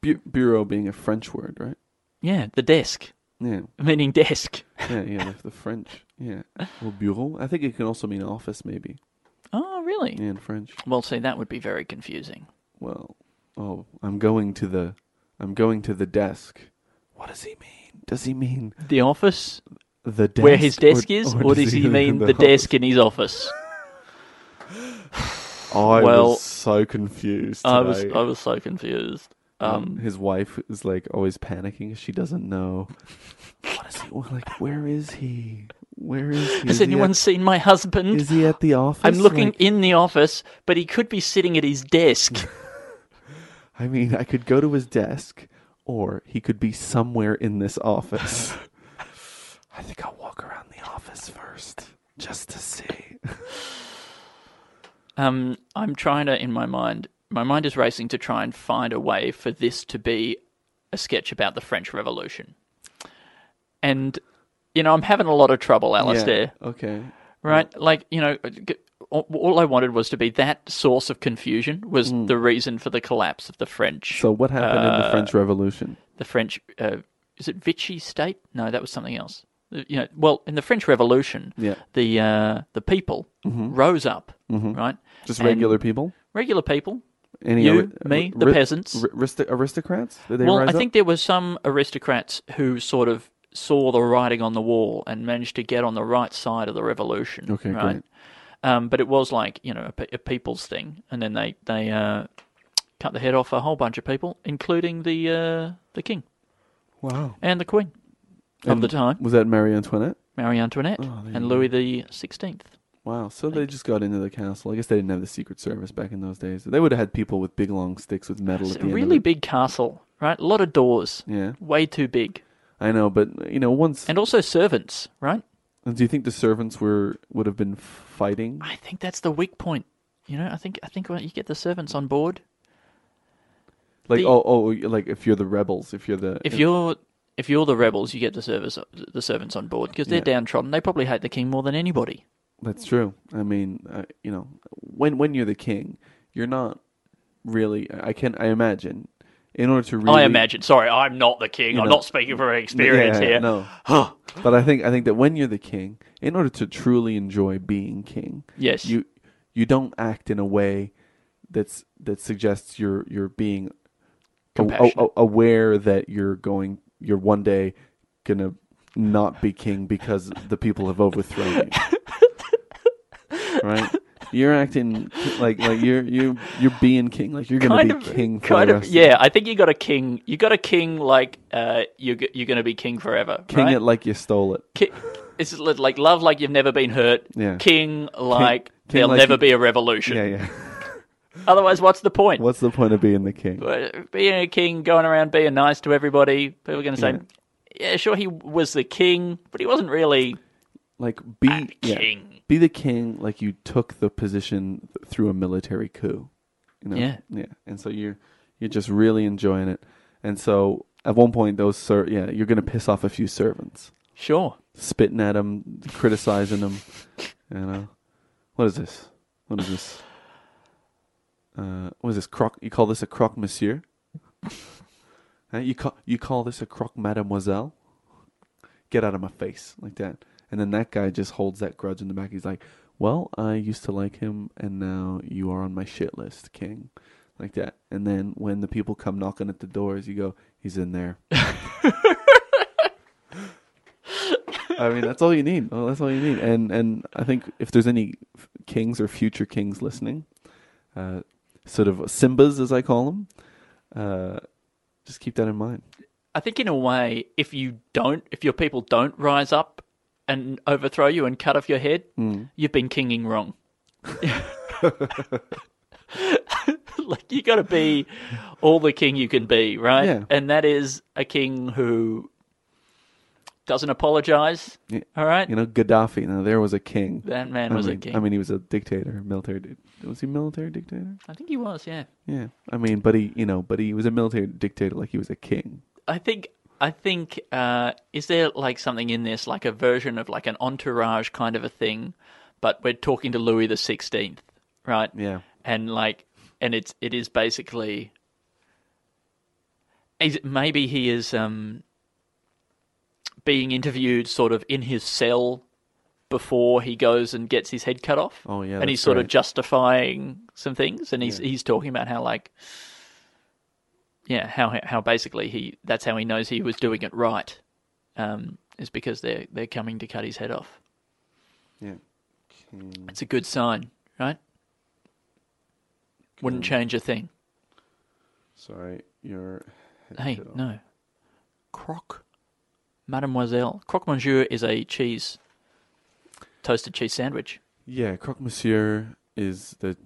Speaker 2: Bu- bureau being a French word, right?
Speaker 3: Yeah, the desk,
Speaker 2: Yeah,
Speaker 3: meaning desk.
Speaker 2: yeah, yeah. the, the French, yeah. Or bureau. I think it can also mean office, maybe.
Speaker 3: Oh, really?
Speaker 2: Yeah, in French.
Speaker 3: Well, see, that would be very confusing.
Speaker 2: Well, oh, I'm going to the, I'm going to the desk. What does he mean? Does he mean
Speaker 3: The office,
Speaker 2: the desk
Speaker 3: where his desk
Speaker 2: or-
Speaker 3: is,
Speaker 2: <laughs>
Speaker 3: or, does he mean the, desk in his office?
Speaker 2: I
Speaker 3: Well,
Speaker 2: was so confused.
Speaker 3: I was,
Speaker 2: today.
Speaker 3: I was so confused.
Speaker 2: Um, his wife is like always panicking. She doesn't know.
Speaker 3: <laughs>
Speaker 2: What is he? well, Like, where is he? Where is he?
Speaker 3: Has
Speaker 2: Is he
Speaker 3: anyone
Speaker 2: at-
Speaker 3: seen my husband?
Speaker 2: Is he at the office?
Speaker 3: I'm looking
Speaker 2: Like,
Speaker 3: in the office, but he could be sitting at
Speaker 2: <laughs>
Speaker 3: his desk.
Speaker 2: I mean, I could go to his desk, or he could be somewhere in this
Speaker 3: <laughs>
Speaker 2: office. I think I'll walk around the office first, just to see.
Speaker 3: Um, I'm trying to, in my mind, my mind is racing to try and find a way for this to be a sketch about the French Revolution. And, you know, I'm having a lot of trouble, Alistair.
Speaker 2: Yeah, okay.
Speaker 3: Right? Like, you know, g- all- all I wanted was to be that source of confusion was the reason for the collapse of the French.
Speaker 2: Hmm. So, what happened in the
Speaker 3: Uh,
Speaker 2: French Revolution?
Speaker 3: the French, uh, is it Vichy state? No, that was something else. The- You know, well, in the French Revolution,
Speaker 2: Yeah. Mm-hmm.
Speaker 3: the uh, the people rose up, right?
Speaker 2: Just
Speaker 3: And
Speaker 2: regular people.
Speaker 3: regular people,
Speaker 2: Any
Speaker 3: You,
Speaker 2: ari-
Speaker 3: me, the peasants.
Speaker 2: ri- aristo- aristocrats? Did they
Speaker 3: well,
Speaker 2: rise
Speaker 3: I
Speaker 2: up?
Speaker 3: think there were some aristocrats who sort of saw the writing on the wall and managed to get on the right side of the revolution.
Speaker 2: Okay,
Speaker 3: right.
Speaker 2: great.
Speaker 3: Um, but it was like you know a, pe- a people's thing, and then they they uh, cut the head off a whole bunch of people, including the uh, the king
Speaker 2: Wow.
Speaker 3: and the queen of
Speaker 2: And Oh,
Speaker 3: the time,
Speaker 2: Was that Marie Antoinette?
Speaker 3: Marie Antoinette and Louis the Sixteenth.
Speaker 2: Wow. So they just got into the castle. I guess they didn't have the Secret Service back in those days. They would have had people with big long sticks with metal
Speaker 3: It's
Speaker 2: at
Speaker 3: a
Speaker 2: the
Speaker 3: really
Speaker 2: end. Of
Speaker 3: big castle, right? A lot of doors,
Speaker 2: it. Yeah,
Speaker 3: way too big,
Speaker 2: I know, but you know, once
Speaker 3: and also servants, right?
Speaker 2: do you think the servants were would have been fighting?
Speaker 3: I think that's the weak point. You know, I think I think when you get the servants on board,
Speaker 2: Like
Speaker 3: the-
Speaker 2: oh oh like if you're the rebels, if you're the
Speaker 3: if you're if you're the rebels, you get the service the servants on board because they're
Speaker 2: Yeah.
Speaker 3: downtrodden. They probably hate the king more than anybody.
Speaker 2: that's true. I mean, uh, you know, when when you're the king, you're not really. I can I imagine in order to really
Speaker 3: Oh, I imagine. Sorry, I'm not the king.
Speaker 2: You
Speaker 3: I'm
Speaker 2: know-
Speaker 3: not speaking from experience
Speaker 2: yeah,
Speaker 3: here.
Speaker 2: No. but I think I think that when you're the king, in order to truly enjoy being king,
Speaker 3: Yes.
Speaker 2: you you don't act in a way that's that suggests you're you're being a- a-
Speaker 3: Compassionate.
Speaker 2: aware that you're going you're one day gonna not be king because the people have overthrown you.
Speaker 3: <laughs>
Speaker 2: right? You're acting like like you're you you're being king like you're gonna
Speaker 3: Kind
Speaker 2: be
Speaker 3: of,
Speaker 2: king for
Speaker 3: kind
Speaker 2: the
Speaker 3: of,
Speaker 2: rest
Speaker 3: yeah. I think you got a king. You got a king like uh, you g- you're going to be king forever.
Speaker 2: king
Speaker 3: right?
Speaker 2: it like you stole it.
Speaker 3: Ki- it's li- like love like you've never been hurt.
Speaker 2: Yeah.
Speaker 3: King like
Speaker 2: king
Speaker 3: there'll
Speaker 2: like
Speaker 3: never
Speaker 2: you-
Speaker 3: be a revolution.
Speaker 2: Yeah, yeah.
Speaker 3: Otherwise, what's the point?
Speaker 2: What's the point of being the king?
Speaker 3: But Being a king, going around being nice to everybody, people are going to say, yeah. sure, he was the king, but he wasn't really."
Speaker 2: like be
Speaker 3: I'm
Speaker 2: yeah,
Speaker 3: king.
Speaker 2: be the king like you took the position th- through a military coup you know
Speaker 3: Yeah.
Speaker 2: yeah and so you're you're just really enjoying it and so at one point those ser- yeah you're gonna piss off a few servants
Speaker 3: Sure.
Speaker 2: spitting at them criticizing them you know what is this what is this uh, what is this croc you call this a croc monsieur Huh? you call you call this a croc mademoiselle get out of my face like that and then that guy just holds that grudge in the back he's like well i used to like him and now you are on my shit list king like that and then when the people come knocking at the doors you go he's in there i mean that's all you need well, that's all you need and and i think if there's any f- kings or future kings listening uh sort of simbas as i call them uh just keep that in mind
Speaker 3: I think in a way, if you don't, if your people don't rise up and overthrow you and cut off your head,
Speaker 2: Hmm.
Speaker 3: you've been kinging wrong. <laughs> like you got to be all the king you can be, right?
Speaker 2: Yeah.
Speaker 3: And that is a king who doesn't apologize.
Speaker 2: Yeah.
Speaker 3: All right,
Speaker 2: you know gaddafi now there was a king
Speaker 3: that man
Speaker 2: I
Speaker 3: was
Speaker 2: mean,
Speaker 3: a king.
Speaker 2: I mean, he was a dictator, military. Di- was he military dictator?
Speaker 3: I think he was. Yeah.
Speaker 2: Yeah, I mean, but he, you know, but he was a military dictator, like he was a king.
Speaker 3: I think I think uh, is there like something in this, like a version of like an entourage kind of a thing, but we're talking to Louis the Sixteenth, right?
Speaker 2: Yeah.
Speaker 3: and like and it's it is basically Is- maybe he is um, being interviewed sort of in his cell before he goes and gets his head cut off.
Speaker 2: Oh, yeah,
Speaker 3: and
Speaker 2: that's
Speaker 3: he's sort of
Speaker 2: right.
Speaker 3: justifying some things, and he's he's talking about how like. Yeah, how how basically he that's how he knows he was doing it right, um, is because they're they're coming to cut his head off.
Speaker 2: Yeah. Mm.
Speaker 3: It's a good sign, right? Wouldn't change a thing.
Speaker 2: Sorry, you're.
Speaker 3: Hey, no. Croque Mademoiselle. Croque Monsieur is a cheese, toasted cheese sandwich.
Speaker 2: Yeah, croque monsieur is the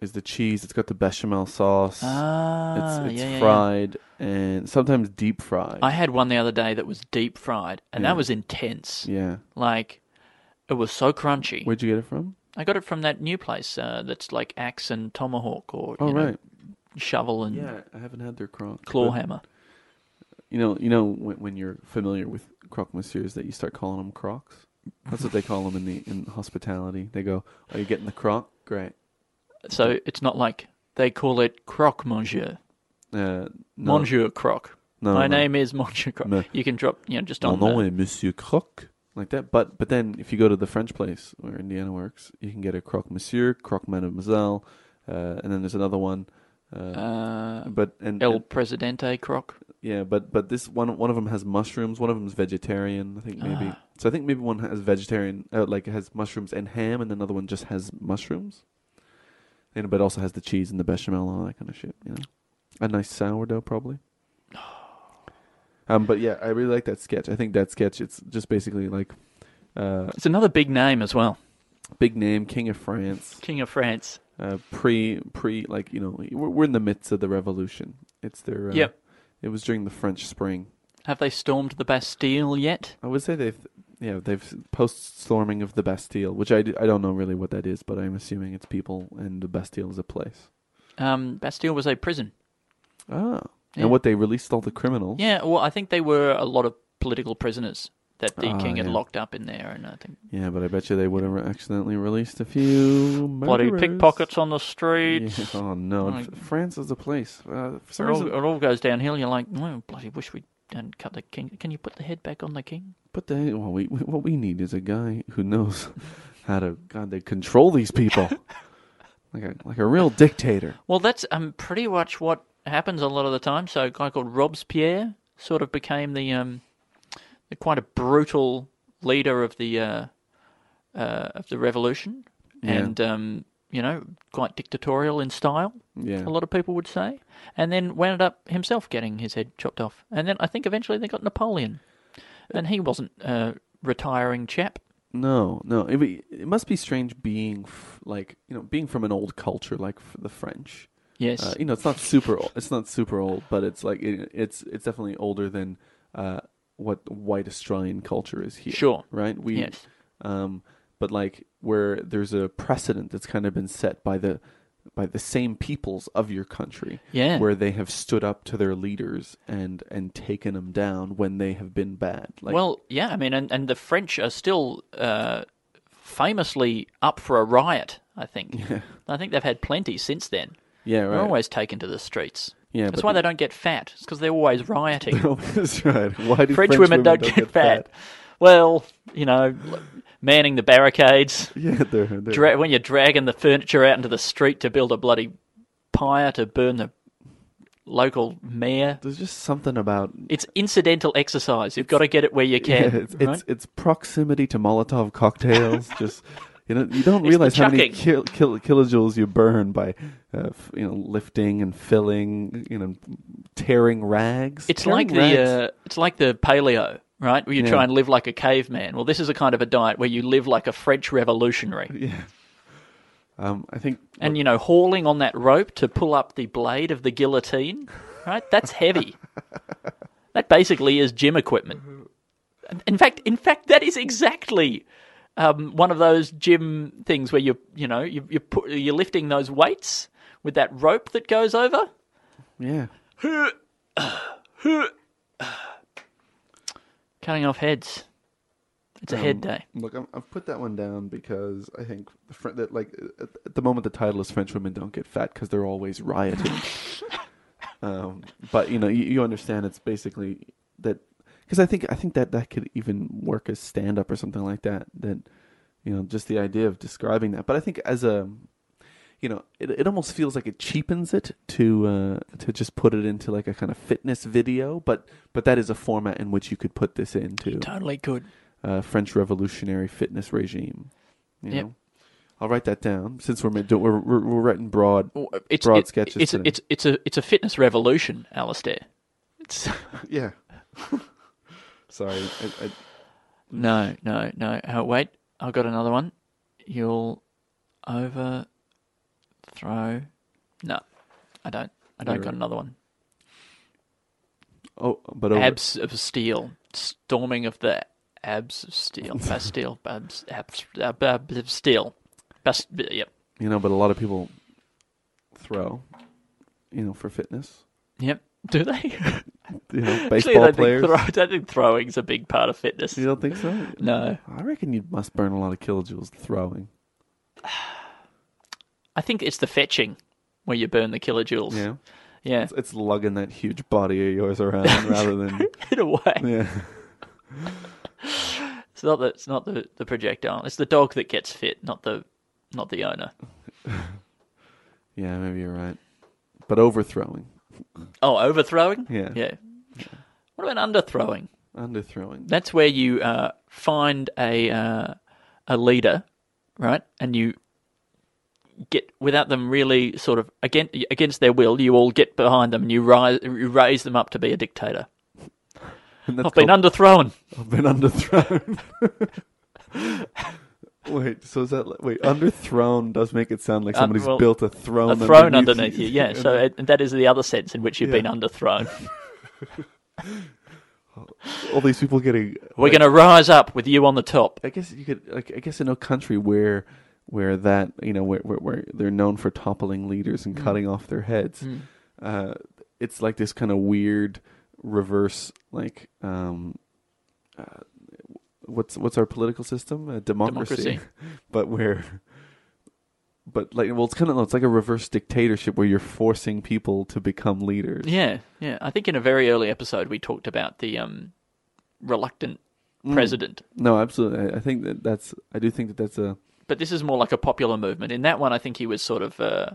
Speaker 2: is the cheese. It's got the bechamel sauce.
Speaker 3: Ah,
Speaker 2: it's it's
Speaker 3: yeah, yeah, yeah.
Speaker 2: fried and sometimes deep fried.
Speaker 3: I had one the other day that was deep fried, and
Speaker 2: Yeah.
Speaker 3: that was intense.
Speaker 2: yeah.
Speaker 3: Like, it was so crunchy.
Speaker 2: Where'd you get it from?
Speaker 3: I got it from that new place uh, that's like axe and tomahawk or
Speaker 2: Oh
Speaker 3: you know,
Speaker 2: right.
Speaker 3: shovel and
Speaker 2: Yeah, I haven't had their croque.
Speaker 3: Mm. claw
Speaker 2: but,
Speaker 3: hammer.
Speaker 2: You know, you know when, when you're familiar with croque monsieurs that you start calling them crocs. That's what they call them in the in hospitality. They go, "Are you getting the croc? Great."
Speaker 3: So it's not like they call it croque monsieur.
Speaker 2: Uh, no.
Speaker 3: Monsieur Croc.
Speaker 2: No,
Speaker 3: My
Speaker 2: no.
Speaker 3: name is Monsieur Croc.
Speaker 2: No.
Speaker 3: You can drop, you know, just
Speaker 2: Mon
Speaker 3: on.
Speaker 2: nom
Speaker 3: the-
Speaker 2: est Monsieur Croc, like that. But but then if you go to the French place where Indiana works, you can get a croque Monsieur, croque Mademoiselle, uh, and then there's another one. Uh,
Speaker 3: uh,
Speaker 2: but and,
Speaker 3: El
Speaker 2: and-
Speaker 3: Presidente Croc.
Speaker 2: yeah, but but this one one of them has mushrooms. One of them's vegetarian. I think maybe. So I think maybe one has vegetarian, uh, like it has mushrooms and ham, and another one just has mushrooms. And but it also has the cheese and the bechamel and all that kind of shit. You know, a nice sourdough probably. Um, but yeah, I really like that sketch. I think that sketch. It's just basically like uh,
Speaker 3: It's another big name as well.
Speaker 2: big name King of France,
Speaker 3: King of France.
Speaker 2: uh, pre pre like you know we're, we're in the midst of the revolution. It's their uh,
Speaker 3: Yep.
Speaker 2: It was during the French Spring.
Speaker 3: Have they stormed the Bastille yet?
Speaker 2: I would say they've yeah they've post storming of the Bastille, which I, d- I don't know really what that is, but I'm assuming it's people and the Bastille is a place.
Speaker 3: Um, Bastille was a prison.
Speaker 2: Oh,
Speaker 3: Yeah.
Speaker 2: and what they released all the criminals.
Speaker 3: Yeah, well, I think they were a lot of political prisoners that the
Speaker 2: Ah,
Speaker 3: king had
Speaker 2: yeah.
Speaker 3: locked up in there, and I think
Speaker 2: Yeah, but I bet you they would have accidentally released a few
Speaker 3: bloody
Speaker 2: murderers.
Speaker 3: pickpockets on the
Speaker 2: Yeah. <laughs>
Speaker 3: streets.
Speaker 2: Oh no,
Speaker 3: Like-
Speaker 2: F- France is a place. Uh, for
Speaker 3: It
Speaker 2: some
Speaker 3: all,
Speaker 2: reason,
Speaker 3: it all goes downhill. You're like, no, bloody wish we hadn't cut the king. Can you put the head back on the king?
Speaker 2: But they, well, we, we- what we need is a guy who knows <laughs> how to God. They control these
Speaker 3: <laughs>
Speaker 2: people like a like a real dictator.
Speaker 3: Well, that's um pretty much what happens a lot of the time. So a guy called Robespierre sort of became the um the quite a brutal leader of the uh, uh of the revolution,
Speaker 2: Yeah.
Speaker 3: and um you know quite dictatorial in style.
Speaker 2: Yeah.
Speaker 3: A lot of people would say, and then wound up himself getting his head chopped off, and then I think eventually they got Napoleon, and he wasn't a retiring chap.
Speaker 2: Uh, No, no. It, be- it must be strange being f- like you know being from an old culture like f- the French.
Speaker 3: Yes,
Speaker 2: Uh, you know, it's not super. Old, it's not super old, but it's like it, it's it's definitely older than uh, what white Australian culture is here.
Speaker 3: Sure.
Speaker 2: right? We,
Speaker 3: Yes.
Speaker 2: um, but like where there's a precedent that's kind of been set by the by the same peoples of your country,
Speaker 3: Yeah.
Speaker 2: where they have stood up to their leaders and and taken them down when they have been bad. Like,
Speaker 3: well, yeah, I mean, and, and the French are still uh, famously up for a riot. I think.
Speaker 2: <laughs>
Speaker 3: I think they've had plenty since then.
Speaker 2: yeah,
Speaker 3: They're
Speaker 2: right.
Speaker 3: always taken to the streets.
Speaker 2: Yeah,
Speaker 3: that's
Speaker 2: but
Speaker 3: why
Speaker 2: the-
Speaker 3: they don't get fat. It's because they're
Speaker 2: <laughs>
Speaker 3: always rioting.
Speaker 2: That's right. Why do
Speaker 3: French, women, don't, get, fat. Well, you know, l- manning the barricades.
Speaker 2: <laughs> Yeah, they're, they're
Speaker 3: Dra- when you're dragging the furniture out into the street to build a bloody pyre to burn the local mayor.
Speaker 2: there's just something about
Speaker 3: It's incidental exercise. You've got to get it where you
Speaker 2: <laughs>
Speaker 3: can.
Speaker 2: yeah, it's,
Speaker 3: right?
Speaker 2: it's it's proximity to Molotov
Speaker 3: <laughs>
Speaker 2: cocktails. just you know, you don't
Speaker 3: the
Speaker 2: realize how many
Speaker 3: chucking.
Speaker 2: kil- kil- kilojoules you burn by uh, f- you know lifting and filling, you know, tearing rags.
Speaker 3: It's
Speaker 2: Tearing
Speaker 3: like
Speaker 2: rags.
Speaker 3: the uh, it's like the paleo, right? Where you
Speaker 2: Yeah.
Speaker 3: try and live like a caveman. Well, this is a kind of a diet where you live like a French revolutionary,
Speaker 2: um, I think
Speaker 3: and you know, hauling on that rope to pull up the blade of the guillotine, right? That's heavy. that basically is gym equipment. In fact, in fact, that is exactly. Um, one of those gym things where you you know you you put, you're lifting those weights with that rope that goes over.
Speaker 2: yeah.
Speaker 3: Cutting off heads. It's a
Speaker 2: Um,
Speaker 3: head day.
Speaker 2: Look, I'm, I've put that one down because I think the Fr- uh,
Speaker 3: <laughs>
Speaker 2: that like at, at the moment the title is French women don't get fat because they're always rioting. Um, but you know, you, you understand it's basically that because I think I think that that could even work as stand up or something like that. That you know, just the idea of describing that. But I think as a you know, it it almost feels like it cheapens it to uh, to just put it into like a kind of fitness video. But but that is a format in which you could put this into
Speaker 3: Totally could.
Speaker 2: uh, French Revolutionary fitness regime. You
Speaker 3: Yep.
Speaker 2: know? I'll write that down since we're mid- we're, we're we're writing broad.
Speaker 3: Well, uh, It's
Speaker 2: Broad
Speaker 3: it-
Speaker 2: sketches
Speaker 3: It's,
Speaker 2: today.
Speaker 3: it's it's a it's a fitness revolution, Alistair. It's
Speaker 2: <laughs> Yeah. Sorry. I, I,
Speaker 3: no, no, no. Oh, wait, I've got another one. You'll overthrow. No, I don't. I don't
Speaker 2: You're-
Speaker 3: got another one.
Speaker 2: oh, but over,
Speaker 3: Abs of steel, storming of the abs of <laughs> steel, Bastille, abs, abs, ab- abs of steel, Bast- Yep,
Speaker 2: you know, but a lot of people throw, you know, for fitness. <laughs>
Speaker 3: yep. Do they? <laughs>
Speaker 2: You know,
Speaker 3: Actually, I
Speaker 2: baseball
Speaker 3: don't
Speaker 2: players.
Speaker 3: Think throw, I don't think throwing's a big part of fitness.
Speaker 2: You don't think so?
Speaker 3: No,
Speaker 2: I reckon you must burn a lot of kilojoules throwing.
Speaker 3: I think it's the fetching where you burn the kilojoules.
Speaker 2: Yeah,
Speaker 3: yeah.
Speaker 2: it's, it's lugging that huge body of yours
Speaker 3: <laughs>
Speaker 2: around rather than
Speaker 3: in a way.
Speaker 2: yeah.
Speaker 3: It's not the it's not the, the projectile. It's the dog that gets fit, not the not the owner.
Speaker 2: Yeah, maybe you're right. But overthrowing,
Speaker 3: Oh, overthrowing.
Speaker 2: Yeah.
Speaker 3: yeah. What about underthrowing?
Speaker 2: underthrowing. <laughs>
Speaker 3: That's where you uh, find a uh, a leader, right? And you get without them really sort of against against their will. You all get behind them and you rise you raise them up to be a dictator.
Speaker 2: And that's
Speaker 3: I've been
Speaker 2: called-
Speaker 3: underthrown.
Speaker 2: I've been underthrown. <laughs> wait, so is that like, wait underthrown does make it sound like
Speaker 3: Un-
Speaker 2: somebody's
Speaker 3: Uh, well,
Speaker 2: built a throne,
Speaker 3: A throne
Speaker 2: underneath,
Speaker 3: underneath
Speaker 2: <laughs>
Speaker 3: you, yeah. So it, that is the other sense in which you've
Speaker 2: Yeah.
Speaker 3: been underthrown.
Speaker 2: all these people getting.
Speaker 3: We're going to rise up with you on the top.
Speaker 2: I guess you could. Like, I guess in a country where where that you know where where, where they're known for toppling leaders
Speaker 3: Mm.
Speaker 2: and cutting off their heads, uh, it's like this kind of weird reverse like um, uh, what's what's our political system? Uh, democracy,
Speaker 3: Democracy.
Speaker 2: <laughs> but where. But like, well, it's kind of it's like a reverse dictatorship where you're forcing people to become leaders.
Speaker 3: Yeah, yeah. I think in a very early episode we talked about the um, reluctant
Speaker 2: Mm.
Speaker 3: president,
Speaker 2: No, absolutely. I- I think that that's. I do think that that's a.
Speaker 3: but this is more like a popular movement. In that one, I think he was sort of uh,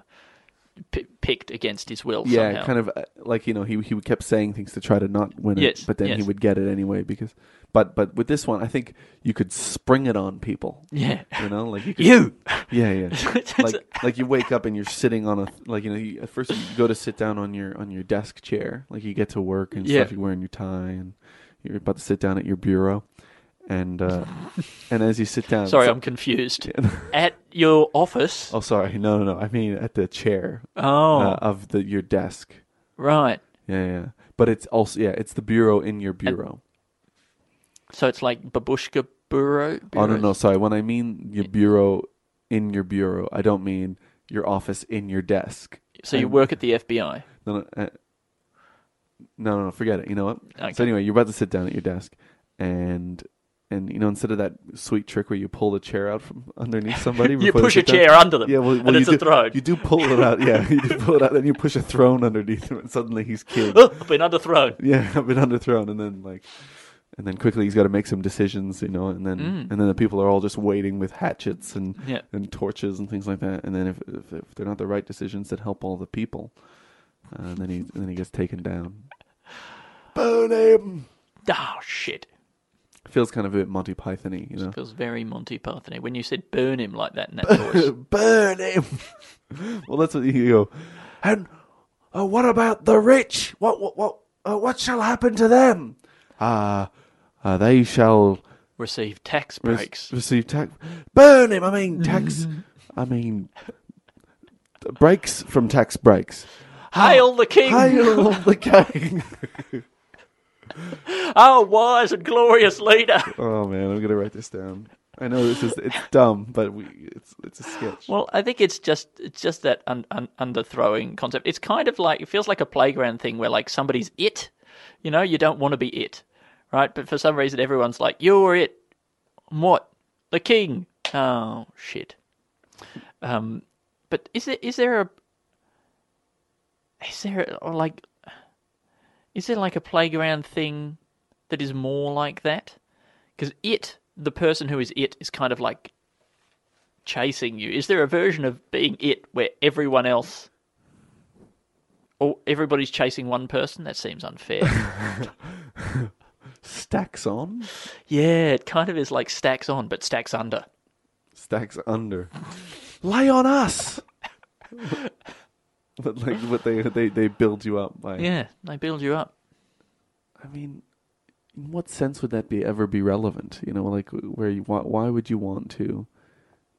Speaker 3: p- picked against his will.
Speaker 2: Yeah,
Speaker 3: somehow.
Speaker 2: kind of uh, like you know he he kept saying things to try to not win it,
Speaker 3: Yes,
Speaker 2: but then he
Speaker 3: yes.
Speaker 2: would get it anyway because. But but with this one, I think you could spring it on people.
Speaker 3: Yeah. <laughs>
Speaker 2: You know, like <laughs> you. Could,
Speaker 3: You.
Speaker 2: Yeah,
Speaker 3: <laughs>
Speaker 2: yeah. like like you wake up and you're sitting on a like you know you, at first you go to sit down on your on your desk chair like you get to work and stuff
Speaker 3: Yeah.
Speaker 2: you're wearing your tie and you're about to sit down at your bureau, and
Speaker 3: <laughs>
Speaker 2: uh and as you sit down
Speaker 3: Sorry,
Speaker 2: so- <laughs>
Speaker 3: I'm confused. At your office.
Speaker 2: oh sorry no no no I mean at the chair
Speaker 3: Oh,
Speaker 2: uh, of the your desk
Speaker 3: right.
Speaker 2: Yeah, yeah. But it's also yeah, it's the bureau in your bureau.
Speaker 3: So it's like babushka bureau.
Speaker 2: Oh no,
Speaker 3: bureaus.
Speaker 2: no, sorry. When I mean your bureau in your bureau, I don't mean your office in your desk.
Speaker 3: So you
Speaker 2: I'm-
Speaker 3: work at the FBI.
Speaker 2: No, no, uh, no, no, no, forget it. You know what?
Speaker 3: Okay.
Speaker 2: So anyway, you're about to sit down at your desk, and and you know instead of that sweet trick where you pull the chair out from underneath somebody,
Speaker 3: <laughs> You
Speaker 2: before they
Speaker 3: push a
Speaker 2: sit down-
Speaker 3: chair under them,
Speaker 2: Yeah, well,
Speaker 3: and
Speaker 2: well, you
Speaker 3: it's a
Speaker 2: do,
Speaker 3: throne.
Speaker 2: You do pull it out. Yeah, <laughs> you do pull it out, and you push a throne underneath him, and suddenly he's king.
Speaker 3: Oh, I've been underthrown.
Speaker 2: yeah, <laughs> I've been underthrown, and then like, and then quickly he's got to make some decisions, you know, and then and then the people are all just waiting with hatchets and
Speaker 3: Yeah.
Speaker 2: and torches and things like that, and then if if, if they're not the right decisions that help all the people, uh, and then he and then he gets taken down. Burn him.
Speaker 3: Oh shit.
Speaker 2: Feels kind of a bit Monty Pythony, you know.
Speaker 3: Feels very Monty Python. When you said burn him like that in
Speaker 2: <laughs>
Speaker 3: that voice.
Speaker 2: Burn him. <laughs> well, that's what you go. And uh, what about the rich? What what what uh, what shall happen to them? Ah, uh, they shall.
Speaker 3: receive tax
Speaker 2: Re-
Speaker 3: breaks.
Speaker 2: receive tax. Burn him. I mean tax. I mean breaks from tax breaks.
Speaker 3: Hail the king!
Speaker 2: Hail the king!
Speaker 3: Our wise and glorious leader!
Speaker 2: oh man, I'm gonna write this down. I know this is it's dumb, but we it's it's a sketch.
Speaker 3: Well, I think it's just it's just that un, un, underthrowing concept. It's kind of like it feels like a playground thing where like somebody's it, you know, you don't want to be it, right? But for some reason, everyone's like, "You're it." What? The king? Oh shit. Um, but is there is there a is there a, or like Is there like a playground thing that is more like that? Because it, the person who is it, is kind of like chasing you. Is there a version of being it where everyone else, or everybody's chasing one person? That
Speaker 2: <laughs>
Speaker 3: seems unfair.
Speaker 2: Stacks on,
Speaker 3: yeah, it kind of is like stacks on, but stacks under.
Speaker 2: stacks under. Lie on us. <laughs> but like, what they they they build you up by.
Speaker 3: Yeah, they build you up.
Speaker 2: I mean, in what sense would that be ever be relevant? You know, like where you why, why would you want to?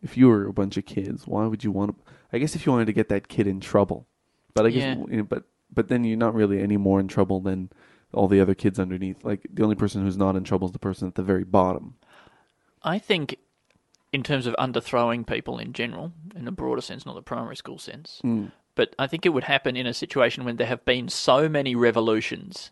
Speaker 2: If you were a bunch of kids, why would you want to? I guess if you wanted to get that kid in trouble, but I guess
Speaker 3: Yeah.
Speaker 2: you know, but but then you're not really any more in trouble than all the other kids underneath. Like the only person who's not in trouble is the person at the very bottom.
Speaker 3: I think, in terms of underthrowing people in general, in the broader sense, not the primary school sense,
Speaker 2: Hmm.
Speaker 3: but I think it would happen in a situation when there have been so many revolutions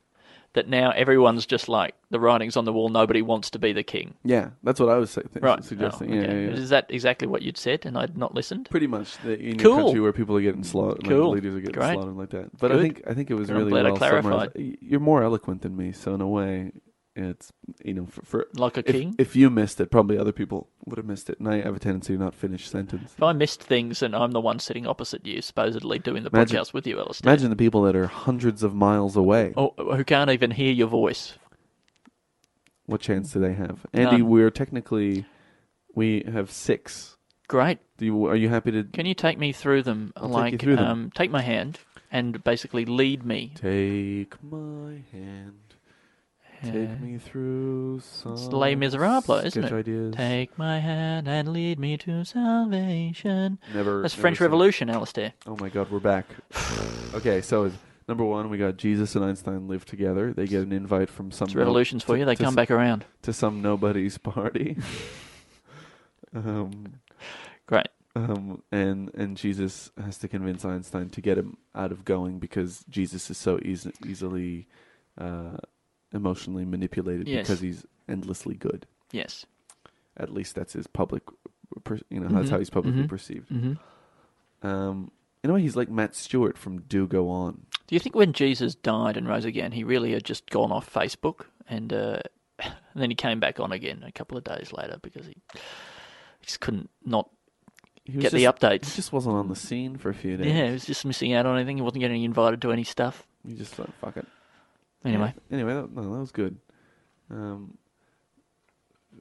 Speaker 3: that now everyone's just like the writing's on the wall. Nobody wants to be the king,
Speaker 2: Yeah, that's what I was say, th-
Speaker 3: right?
Speaker 2: suggesting.
Speaker 3: Oh,
Speaker 2: Yeah,
Speaker 3: okay.
Speaker 2: yeah, yeah.
Speaker 3: Is that exactly what you'd said? And I'd not listened.
Speaker 2: pretty much the, in
Speaker 3: Cool.
Speaker 2: your country where people are getting slaughtered,
Speaker 3: Cool.
Speaker 2: like ladies are getting
Speaker 3: Great.
Speaker 2: slaughtered like that. But I
Speaker 3: Good.
Speaker 2: think I think it was
Speaker 3: Good. I'm
Speaker 2: really
Speaker 3: glad I
Speaker 2: well summarized.
Speaker 3: clarified.
Speaker 2: Y- You're more eloquent than me, so in a way, it's you know for, for
Speaker 3: Like a
Speaker 2: if-
Speaker 3: king?
Speaker 2: If you missed it, probably other people would have missed it, and I have a tendency to not finish sentence.
Speaker 3: If I missed things and I'm the one sitting opposite you, supposedly doing the
Speaker 2: Imagine-
Speaker 3: podcast with you, Alistair,
Speaker 2: Imagine the people that are hundreds of miles away.
Speaker 3: or, who can't even hear your voice.
Speaker 2: What chance do they have, Andy?
Speaker 3: None.
Speaker 2: We're technically we have six.
Speaker 3: Great.
Speaker 2: Do you, are you happy to
Speaker 3: Can you take me through them?
Speaker 2: I'll take you
Speaker 3: like,
Speaker 2: through them.
Speaker 3: Um, take my hand and basically lead me
Speaker 2: take my hand?
Speaker 3: Yeah.
Speaker 2: Take me through some
Speaker 3: It's Les Miserables, isn't
Speaker 2: sketch
Speaker 3: it?
Speaker 2: Ideas.
Speaker 3: Take my hand and lead me to salvation.
Speaker 2: Never.
Speaker 3: That's
Speaker 2: never
Speaker 3: French
Speaker 2: seen it.
Speaker 3: Revolution, Alistair.
Speaker 2: Oh my God, we're back. okay, so it's- number one, we got Jesus and Einstein live together. They get an invite from some
Speaker 3: It's revolutions for
Speaker 2: to-
Speaker 3: you. They
Speaker 2: to
Speaker 3: come
Speaker 2: s-
Speaker 3: back around.
Speaker 2: to some nobody's <laughs> party. um,
Speaker 3: Great.
Speaker 2: um, and and Jesus has to convince Einstein to get him out of going because Jesus is so eas easily uh, emotionally manipulated
Speaker 3: Yes.
Speaker 2: because he's endlessly good.
Speaker 3: Yes.
Speaker 2: At least that's his public, per, you
Speaker 3: Mm-hmm.
Speaker 2: know, that's how he's publicly perceived.
Speaker 3: hmm
Speaker 2: Um, in a way, he's like Matt Stewart from Do Go On.
Speaker 3: Do you think when Jesus died and rose again, he really had just gone off Facebook and, uh, <laughs> and then he came back on again a couple of days later because he just couldn't not.
Speaker 2: he was
Speaker 3: Get the
Speaker 2: just-
Speaker 3: updates.
Speaker 2: He just wasn't on the scene for a few days.
Speaker 3: Yeah, he was just missing out on anything. He wasn't getting invited to any stuff.
Speaker 2: He just thought, fuck it.
Speaker 3: Anyway,
Speaker 2: Yeah. Anyway, that, no, that was good. Um,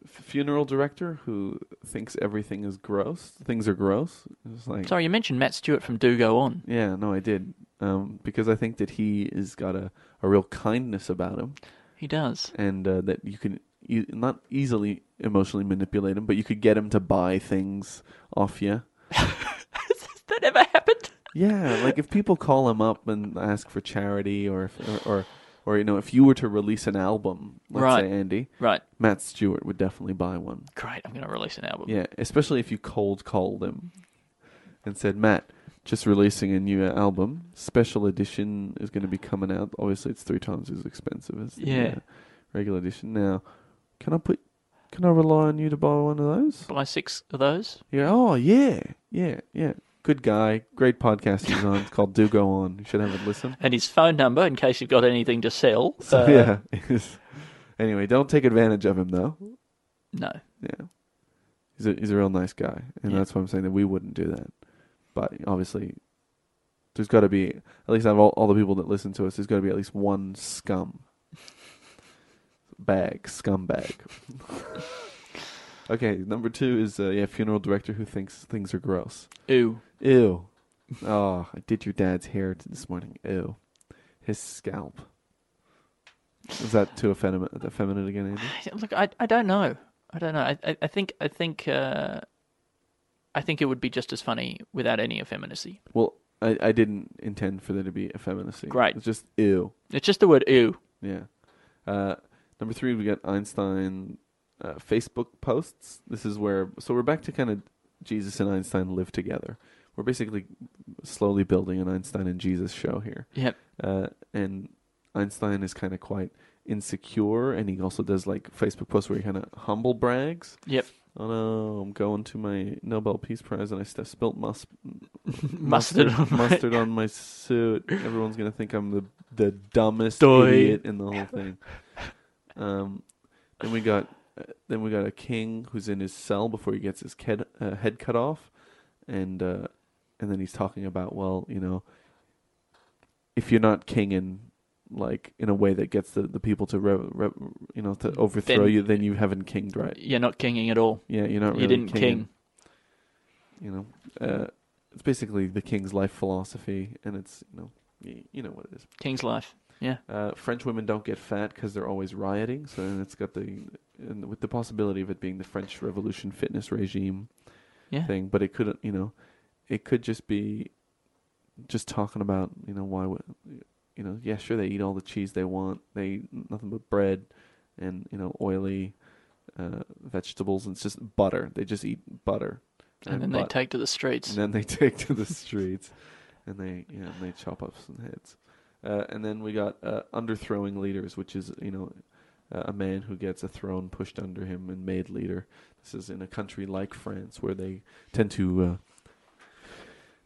Speaker 2: f- funeral director who thinks everything is gross. Things are gross. It was like,
Speaker 3: sorry, you mentioned Matt Stewart from Do Go On.
Speaker 2: Yeah, no, I did. Um, because I think that he has got a, a real kindness about him
Speaker 3: He
Speaker 2: <laughs>
Speaker 3: does.
Speaker 2: and uh, that you can e- not easily emotionally manipulate him, but you could get him to buy things off you.
Speaker 3: Has that ever happened?
Speaker 2: Yeah, like if people call him up and ask for charity, or if, or, or or you know, if you were to release an album, let's
Speaker 3: Right.
Speaker 2: say Andy,
Speaker 3: Right.
Speaker 2: Matt Stewart would definitely buy one.
Speaker 3: Great. I'm going to release an album.
Speaker 2: Yeah, especially if you cold called him and said, Matt, just releasing a new album, special edition is going to be coming out. Obviously, it's three times as expensive as the
Speaker 3: Yeah.
Speaker 2: uh, regular edition. Now, can I put? Can I rely on you to buy one of those?
Speaker 3: Buy six of those.
Speaker 2: Yeah. Oh, yeah, yeah, yeah. Good guy. Great podcast he's on. It's called Do Go On. You should have a listen.
Speaker 3: and his phone number in case you've got anything to sell.
Speaker 2: So <laughs>
Speaker 3: Uh,
Speaker 2: yeah. anyway, don't take advantage of him though.
Speaker 3: No.
Speaker 2: Yeah, he's a he's a real nice guy, and
Speaker 3: Yeah.
Speaker 2: that's why I'm saying that we wouldn't do that. But obviously, there's got to be at least out of all, all the people that listen to us, there's got to be at least one scum bag
Speaker 3: <laughs>
Speaker 2: scumbag. okay, number two is uh, yeah, funeral director who thinks things are gross.
Speaker 3: Ooh.
Speaker 2: Ew. Oh, I did your dad's hair t- this morning. Ew. His scalp. Is that too effeminate, effeminate again, Andy?
Speaker 3: Look, I, I don't know. I don't know. I, I, I think I think uh, I think it would be just as funny without any effeminacy.
Speaker 2: Well, I, I didn't intend for there to be effeminacy.
Speaker 3: Great.
Speaker 2: It's just ew.
Speaker 3: It's just the word ooh.
Speaker 2: Yeah. Uh, number three, we got Einstein uh, Facebook posts. This is where, so we're back to kind of Jesus and Einstein live together. We're basically slowly building an Einstein and Jesus show here.
Speaker 3: Yep.
Speaker 2: uh, and Einstein is kind of quite insecure, and he also does like Facebook posts where he kind of humble brags.
Speaker 3: Yep.
Speaker 2: Oh no, I'm going to my Nobel Peace Prize, and I st-
Speaker 3: <laughs>
Speaker 2: spilt mus-
Speaker 3: Mustard on my-
Speaker 2: mustard on my suit. Everyone's gonna think I'm the the dumbest
Speaker 3: Doi.
Speaker 2: idiot in the
Speaker 3: <laughs>
Speaker 2: whole thing. Um, then we got uh, then we got a king who's in his cell before he gets his ked, uh, head cut off, and uh, and then he's talking about well, you know, if you're not king in like in a way that gets the, the people to re, re, you know to overthrow
Speaker 3: Mm, Then-
Speaker 2: you, then you haven't kinged right.
Speaker 3: You're not kinging at all.
Speaker 2: Yeah, you're not. Really
Speaker 3: you didn't
Speaker 2: kinging
Speaker 3: king.
Speaker 2: you know, uh, it's basically the king's life philosophy, and it's you know, y- you know what it is.
Speaker 3: King's life. Yeah.
Speaker 2: Uh, French women don't get fat because they're always rioting, so and it's got the and with the possibility of it being the French Revolution fitness regime
Speaker 3: Yeah.
Speaker 2: thing, but it could you know, it could just be just talking about you know why would you know yeah sure they eat all the cheese they want they eat nothing but bread and you know oily uh, vegetables and it's just butter they just eat butter
Speaker 3: And then they
Speaker 2: but-
Speaker 3: take to the
Speaker 2: and
Speaker 3: streets.
Speaker 2: then they <laughs> take to the streets, and they you know, and they chop off some heads. Uh, and then we got uh, underthrowing leaders, which is you know uh, a man who gets a throne pushed under him and made leader. This is in a country like France where they tend to uh,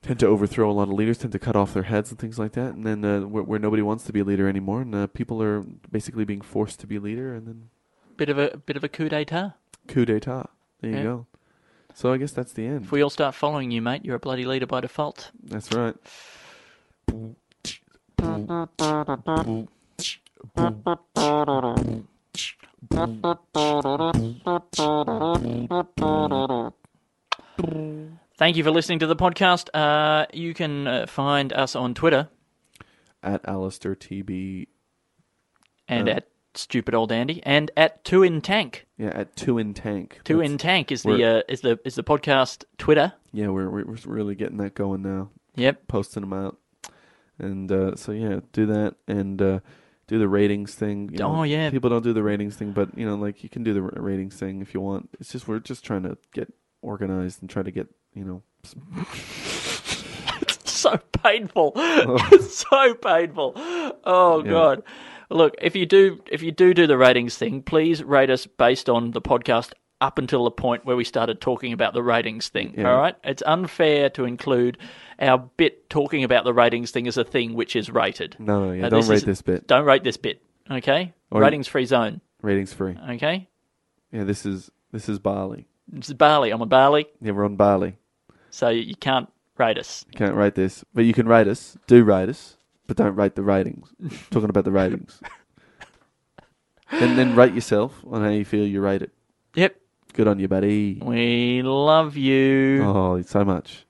Speaker 2: tend to overthrow a lot of leaders, tend to cut off their heads and things like that. And then uh, where, where nobody wants to be a leader anymore, and uh, people are basically being forced to be leader, and then
Speaker 3: Bit of a bit of a coup d'état.
Speaker 2: coup d'état. There you
Speaker 3: Yeah.
Speaker 2: go. So I guess that's the end.
Speaker 3: If we all start following you, mate, you're a bloody leader by default.
Speaker 2: That's right.
Speaker 3: Thank you for listening to the podcast. Uh, you can uh, find us on Twitter
Speaker 2: At Alistair TB
Speaker 3: and at stupid old Andy and at two in tank.
Speaker 2: Yeah, at two in tank.
Speaker 3: Two
Speaker 2: That's-
Speaker 3: in tank is the
Speaker 2: we're-
Speaker 3: uh, is the is the podcast Twitter.
Speaker 2: Yeah, we're we're we're really getting that going now,
Speaker 3: Yep.
Speaker 2: posting them out, and uh, so yeah, do that and uh, do the ratings thing. you know.
Speaker 3: Oh, yeah.
Speaker 2: people don't do the ratings thing, but you know, like you can do the ra- ratings thing if you want. It's just we're just trying to get organized and try to get you know. s-
Speaker 3: <laughs> so painful.
Speaker 2: Oh.
Speaker 3: <laughs> so painful. Oh god. Look, if you do if you do do the ratings thing, please rate us based on the podcast up until the point where we started talking about the ratings thing. All right? It's unfair to include our bit talking about the ratings thing as a thing which is rated.
Speaker 2: No, yeah,
Speaker 3: Uh,
Speaker 2: don't rate
Speaker 3: is-
Speaker 2: this bit.
Speaker 3: Don't rate this bit. Okay?
Speaker 2: Or-
Speaker 3: ratings free zone.
Speaker 2: Ratings free.
Speaker 3: Okay?
Speaker 2: Yeah, this is this is Bali.
Speaker 3: It's Bali. I'm a Bali,
Speaker 2: Yeah, we're on Bali.
Speaker 3: so you can't rate us.
Speaker 2: You can't write this, but you can write us. Do write us, but don't write the ratings. Talking about the ratings. and then rate yourself on how you feel you rate it.
Speaker 3: Yep.
Speaker 2: Good on you, buddy.
Speaker 3: We love you.
Speaker 2: Oh, so much.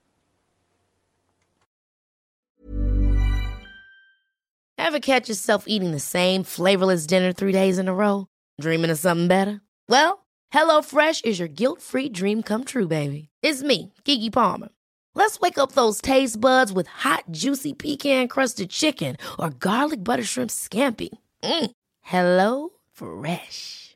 Speaker 4: Ever catch yourself eating the same flavorless dinner three days in a row? Dreaming of something better? Well, HelloFresh is your guilt free dream come true, baby. It's me, Kiki Palmer. Let's wake up those taste buds with hot, juicy pecan crusted chicken or garlic butter shrimp scampi. Mm. Hello Fresh.